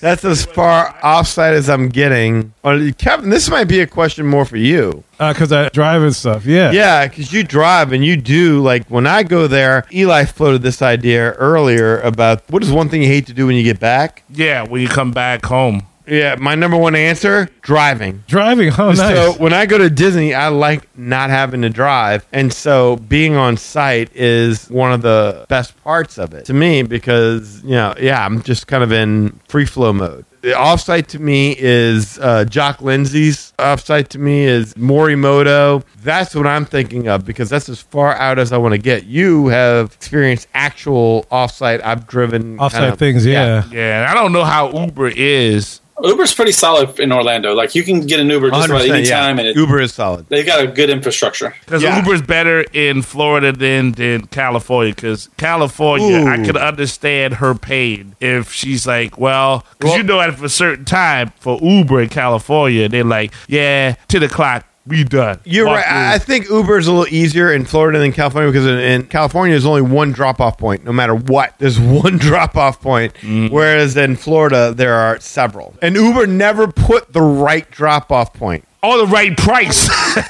That's as far offsite as I'm getting. Uh, Kevin, this might be a question more for you.
Because Uh, I drive and stuff, yeah.
Yeah, because you drive and you do. Like when I go there, Eli floated this idea earlier about what is one thing you hate to do when you get back?
Yeah, when you come back home.
Yeah, my number one answer driving.
Driving, oh, nice.
So when I go to Disney, I like not having to drive, and so being on site is one of the best parts of it to me because you know, yeah, I'm just kind of in free flow mode. The offsite to me is uh, Jock Lindsey's. Offsite to me is Morimoto. That's what I'm thinking of because that's as far out as I want to get. You have experienced actual offsite. I've driven
Offsite
kind of-
things, yeah.
Yeah, and I don't know how Uber is.
Uber's pretty solid in Orlando. Like you can get an Uber just about
100%,
any
yeah.
time, and it,
Uber is solid.
they've got a good infrastructure.
Because
Yeah.
Uber's better in Florida than, than California. Because California, I
Ooh.
could understand her pain if she's like, well, because you know, at a certain time for Uber in California, they're like, yeah, 10 o'clock, we done.
You're
Walk
right.
in.
I I think Uber is a little easier in Florida than California because in, in California there's only one drop off point, no matter what. There's one drop off point, whereas in Florida there are several. And Uber never put the right drop off point.
All the right price.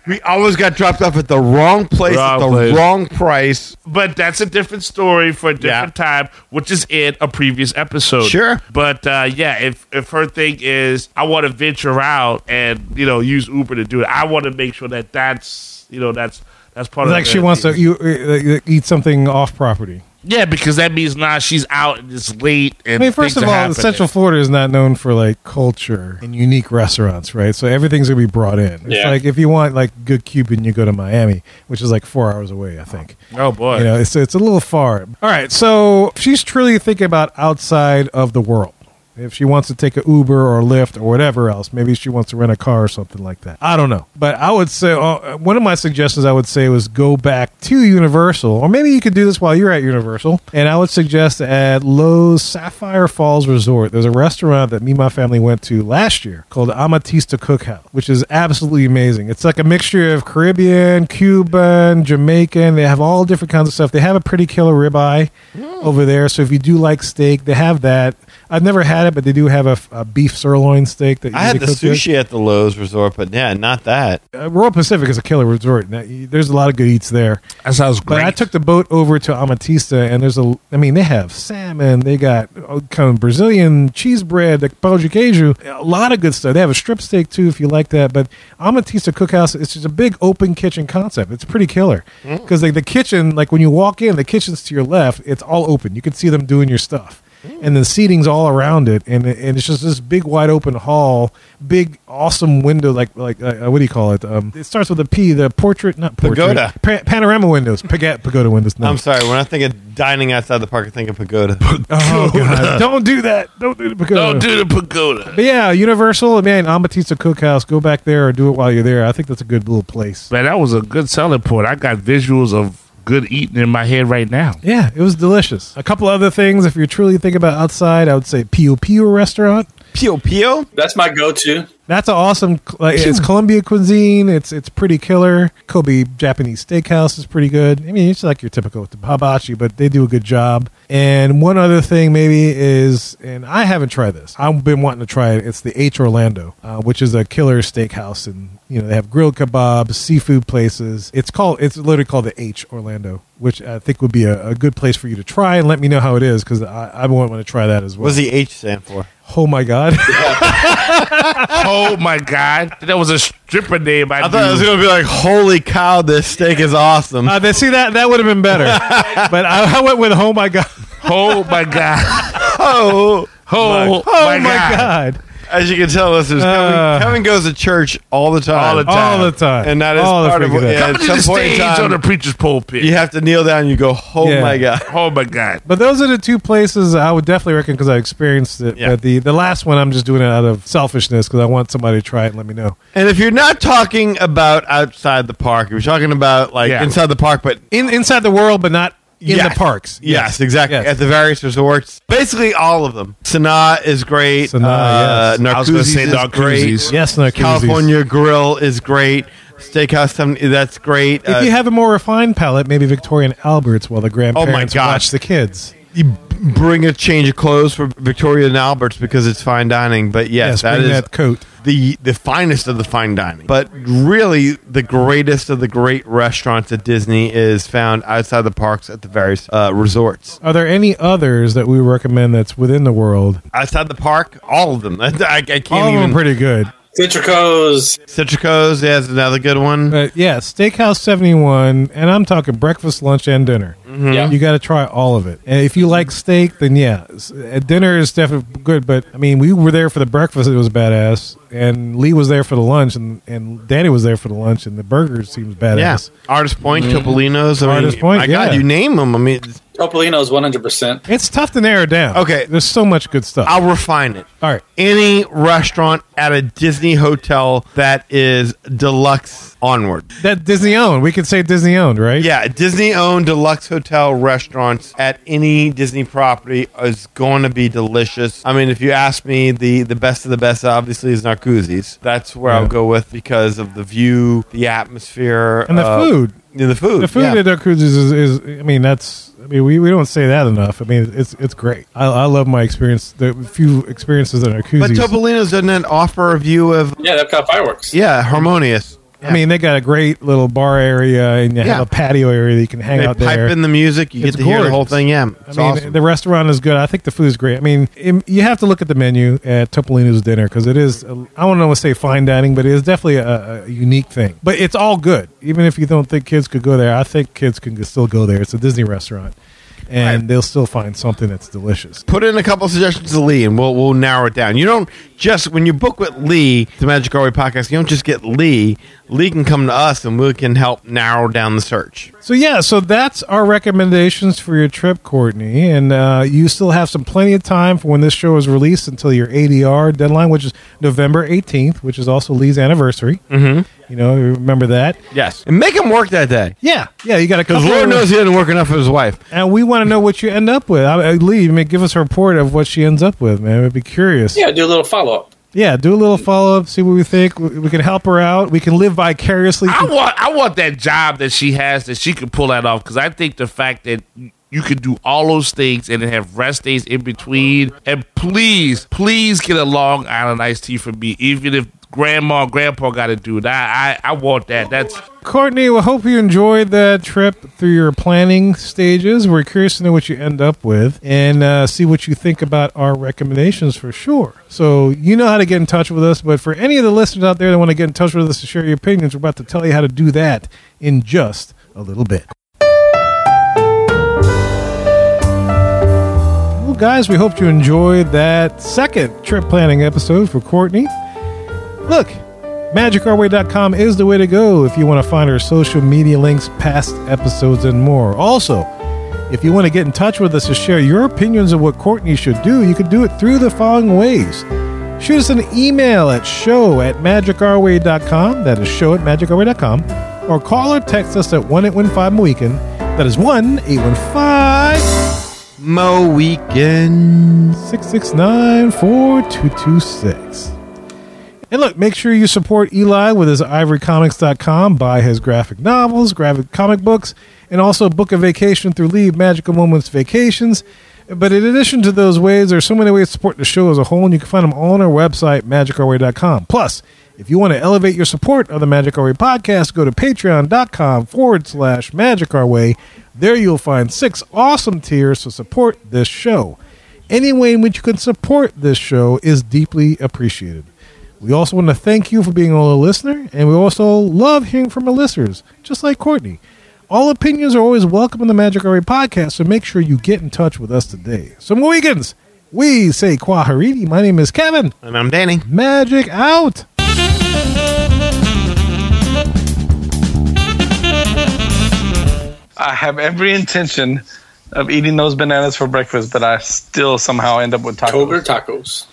We always got dropped off at the wrong place
Wrong
at the
place.
wrong price.
but that's a different story for a different time, which is in a previous episode.
Sure.
But uh, yeah, if if her thing is I want to venture out and you know use Uber to do it, I want to make sure that that's you know that's that's part
It's
of
like she
the-
wants to you, uh, uh, eat something off property.
Yeah, because that means now she's out and it's late. And
I mean, first of
things are
all,
happening.
Central Florida is not known for like culture and unique restaurants, right? So everything's gonna be brought in. It's
Yeah.
like if you want like good Cuban, you go to Miami, which is like four hours away, I think.
Oh boy.
You know, it's it's a little far. All right, so she's truly thinking about outside of the world. If she wants to take a Uber or Lyft or whatever else, maybe she wants to rent a car or something like that. I don't know, but I would say uh, one of my suggestions I would say was go back to Universal, or maybe you could do this while you're at Universal. And I would suggest at Lowe's Sapphire Falls Resort, there's a restaurant that me and my family went to last year called Amatista Cookhouse, which is absolutely amazing. It's like a mixture of Caribbean, Cuban, Jamaican. They have all different kinds of stuff. They have a pretty killer ribeye
Mm.
over there. So if you do like steak, they have that. I've never had it, but they do have a, a beef sirloin steak that you
I had
can
the
cook with.
sushi at the Lowe's Resort, but yeah, not that.
Uh, Royal Pacific is a killer resort. Now, you- There's a lot of good eats there.
that sounds great.
But I took the boat over to Amatista, and there's a. I mean, they have salmon. They got all kind of Brazilian cheese bread, the pão de queijo, a lot of good stuff. They have a strip steak too, if you like that. But Amatista Cookhouse, it's just a big open kitchen concept. It's pretty killer because like the kitchen, like when you walk in, the kitchen's to your left. It's all open. You can see them doing your stuff. And the seating's all around it, and and it's just this big, wide open hall, big, awesome window, like like uh, what do you call it? Um, it starts with a P. The portrait, not portrait,
Pagoda.
Pa- panorama windows, Paga- pagoda windows. No.
I'm sorry. When I think of dining outside the park, I think of pagoda.
Oh, God. Don't do that. Don't do the pagoda.
Don't do the pagoda.
But yeah, Universal, man, Amatista Cookhouse. Go back there or do it while you're there. I think that's a good little place.
Man, that was a good selling point. I got visuals of good eating in my head right now.
Yeah, it was delicious. A couple other things, if you're truly thinking about outside, I would say Pio Pio restaurant.
Pio Pio?
That's my go-to.
That's an awesome. Like, it's Colombia cuisine. It's it's pretty killer. Kobe Japanese Steakhouse is pretty good. I mean, it's like your typical hibachi, but they do a good job. And one other thing maybe is, and I haven't tried this. I've been wanting to try it. It's the H Orlando, uh, which is a killer steakhouse, and you know they have grilled kebabs, seafood places. It's called. It's literally called the H Orlando, which I think would be a, a good place for you to try and let me know how it is because I, I want to try that as well.
What does the H stand for?
oh my god.
Oh my god, that was a stripper name. I,
I thought it was
knew.
going to be like, holy cow, this steak is awesome.
Uh, then see that that would have been better, but I, I went with oh my god,
Oh my god.
oh.
Oh,
oh
my,
my
god.
god.
As you can tell, listeners,
Uh.
Kevin, Kevin goes to church all the time.
All the
All the time.
And that is
All the
part of
freaking
what-
time.
yeah,
Coming
at
to
some
the
point in
stage
time-
on the preacher's pulpit.
You have to kneel down and you go, oh
Yeah.
my God.
Oh my God.
But those are the two places I would definitely reckon because I experienced it.
Yeah.
But the, the last one, I'm just doing it out of selfishness because I want somebody to try it and let me know.
And if you're not talking about outside the park, you're talking about like
Yeah.
inside the park, but
In, inside the world, but not in
Yes.
the parks.
Yes, exactly.
Yes.
At the various resorts, basically all of them. Sanaa is great.
Sanaa,
uh,
yes.
I was gonna
Narcoozie's
say
is
Narcoozie's.
great.
Yes, Narcoozie's.
California Grill is great. Steakhouse, 70, that's great. Uh,
If you have a more refined palate, maybe Victorian Alberts while the grandparents
God.
watch the kids.
you bring a change of clothes for Victoria and Alberts because it's fine dining. But
Yes,
yes, that
bring
is
that coat.
the the finest of the fine dining. But really, the greatest of the great restaurants at Disney is found outside the parks at the various uh, resorts.
Are there any others that we recommend that's within the world?
Outside the park, all of them. I, I can't
All of
even.
them pretty good.
Citrico's
Citrico's has another good one.
But yeah, Steakhouse 71, and I'm talking breakfast, lunch, and dinner.
Mm-hmm. Um,
Yeah.
You got to try all of it. And if you like steak, then yeah, s- uh, dinner is definitely good. But I mean, we were there for the breakfast, it was badass. And Lee was there for the lunch, and, and Danny was there for the lunch, and the burger seems
yeah,
badass.
Artist Point, Topolino's. I mean,
Artist Point,
My God,
yeah.
you name them. I mean,
Topolino's 100%.
It's tough to narrow down.
Okay.
There's so much good stuff.
I'll refine it.
all right.
Any restaurant at a Disney hotel that is deluxe onward.
That Disney owned. We could say Disney owned, right?
Yeah, Disney owned deluxe hotel restaurants at any Disney property is going to be delicious. I mean, if you ask me, the, the best of the best obviously is Narcoozie's. That's where I'll
Yeah.
go with because of the view, the atmosphere,
And the
uh,
food.
Yeah, the food.
The food
yeah.
at our cruises is, is, I mean, that's, I mean, we, we don't say that enough. I mean, it's it's great. I, I love my experience, the few experiences in our
But
cruises.
Topolino's doesn't it offer a view of
Yeah, Epcot Fireworks.
yeah, harmonious.
I mean, they got a great little bar area and you
Yeah.
have a patio area that you can hang
They
out
pipe
there.
in the music, you
It's
get to hear the whole
gorgeous.
thing. Yeah,
I
it's
mean,
awesome.
the restaurant is good. I think the food is great. I mean, im- you have to look at the menu at Topolino's dinner because it is, uh, I don't know to say fine dining, but it is definitely a, a unique thing. But it's all good. Even if you don't think kids could go there, I think kids can still go there. It's a Disney restaurant and they'll still find something that's delicious.
put in a couple suggestions to Lee, and we'll we'll narrow it down. You don't just when you book with Lee, the Magic Arway podcast. You don't just get Lee. Lee can come to us, and we can help narrow down the search.
So yeah, so that's our recommendations for your trip, Courtney, and uh, you still have some plenty of time for when this show is released until your ADR deadline, which is November eighteenth, which is also Lee's anniversary. Mm-hmm. You know, remember that?
Yes, and make him work that day
Yeah, yeah, you got to
because Lord knows he didn't work enough for his wife.
and we want to know what you end up with. I, I, Lee, I mean, give us a report of what she ends up with, man. I'd be curious.
Yeah, do a little follow up.
Yeah, do a little follow up, see what we think. We, we can help her out. We can live vicariously.
I
through-
want I want that job that she has that she can pull that off because I think the fact that you can do all those things and then have rest days in between and please please get a Long Island iced tea for me even if grandma and grandpa got to do that I, I want that that's
Courtney, we hope you enjoyed that trip through your planning stages. We're curious to know what you end up with and uh, see what you think about our recommendations for sure. So, you know how to get in touch with us, but for any of the listeners out there that want to get in touch with us to share your opinions, we're about to tell you how to do that in just a little bit. Well, guys, we hope you enjoyed that second trip planning episode for Courtney. Look, magicourway.com is the way to go if you want to find our social media links, past episodes, and more. Also, if you want to get in touch with us to share your opinions of what Courtney should do, you can do it through the following ways. Shoot us an email at show at magicourway.com. That is show at magicourway.com. Or call or text us at 1 815 Weekend. That is 1 815
Mo weekend.
669 4226. And look, make sure you support Eli with his ivorycomics.com, buy his graphic novels, graphic comic books, and also book a vacation through Leave Magical Moments Vacations. But in addition to those ways, there's so many ways to support the show as a whole, and you can find them all on our website, magicourway.com. Plus, if you want to elevate your support of the Magic Our Way podcast, go to patreon.com forward slash magic our way. There you'll find six awesome tiers to support this show. Any way in which you can support this show is deeply appreciated. We also want to thank you for being a listener, and we also love hearing from our listeners, just like Courtney. All opinions are always welcome in the Magic Array podcast, so make sure you get in touch with us today. So, more weekends, We say Kwahariti. My name is Kevin.
And I'm Danny.
Magic out.
I have every intention of eating those bananas for breakfast, but I still somehow end up with tacos.
Cobra tacos.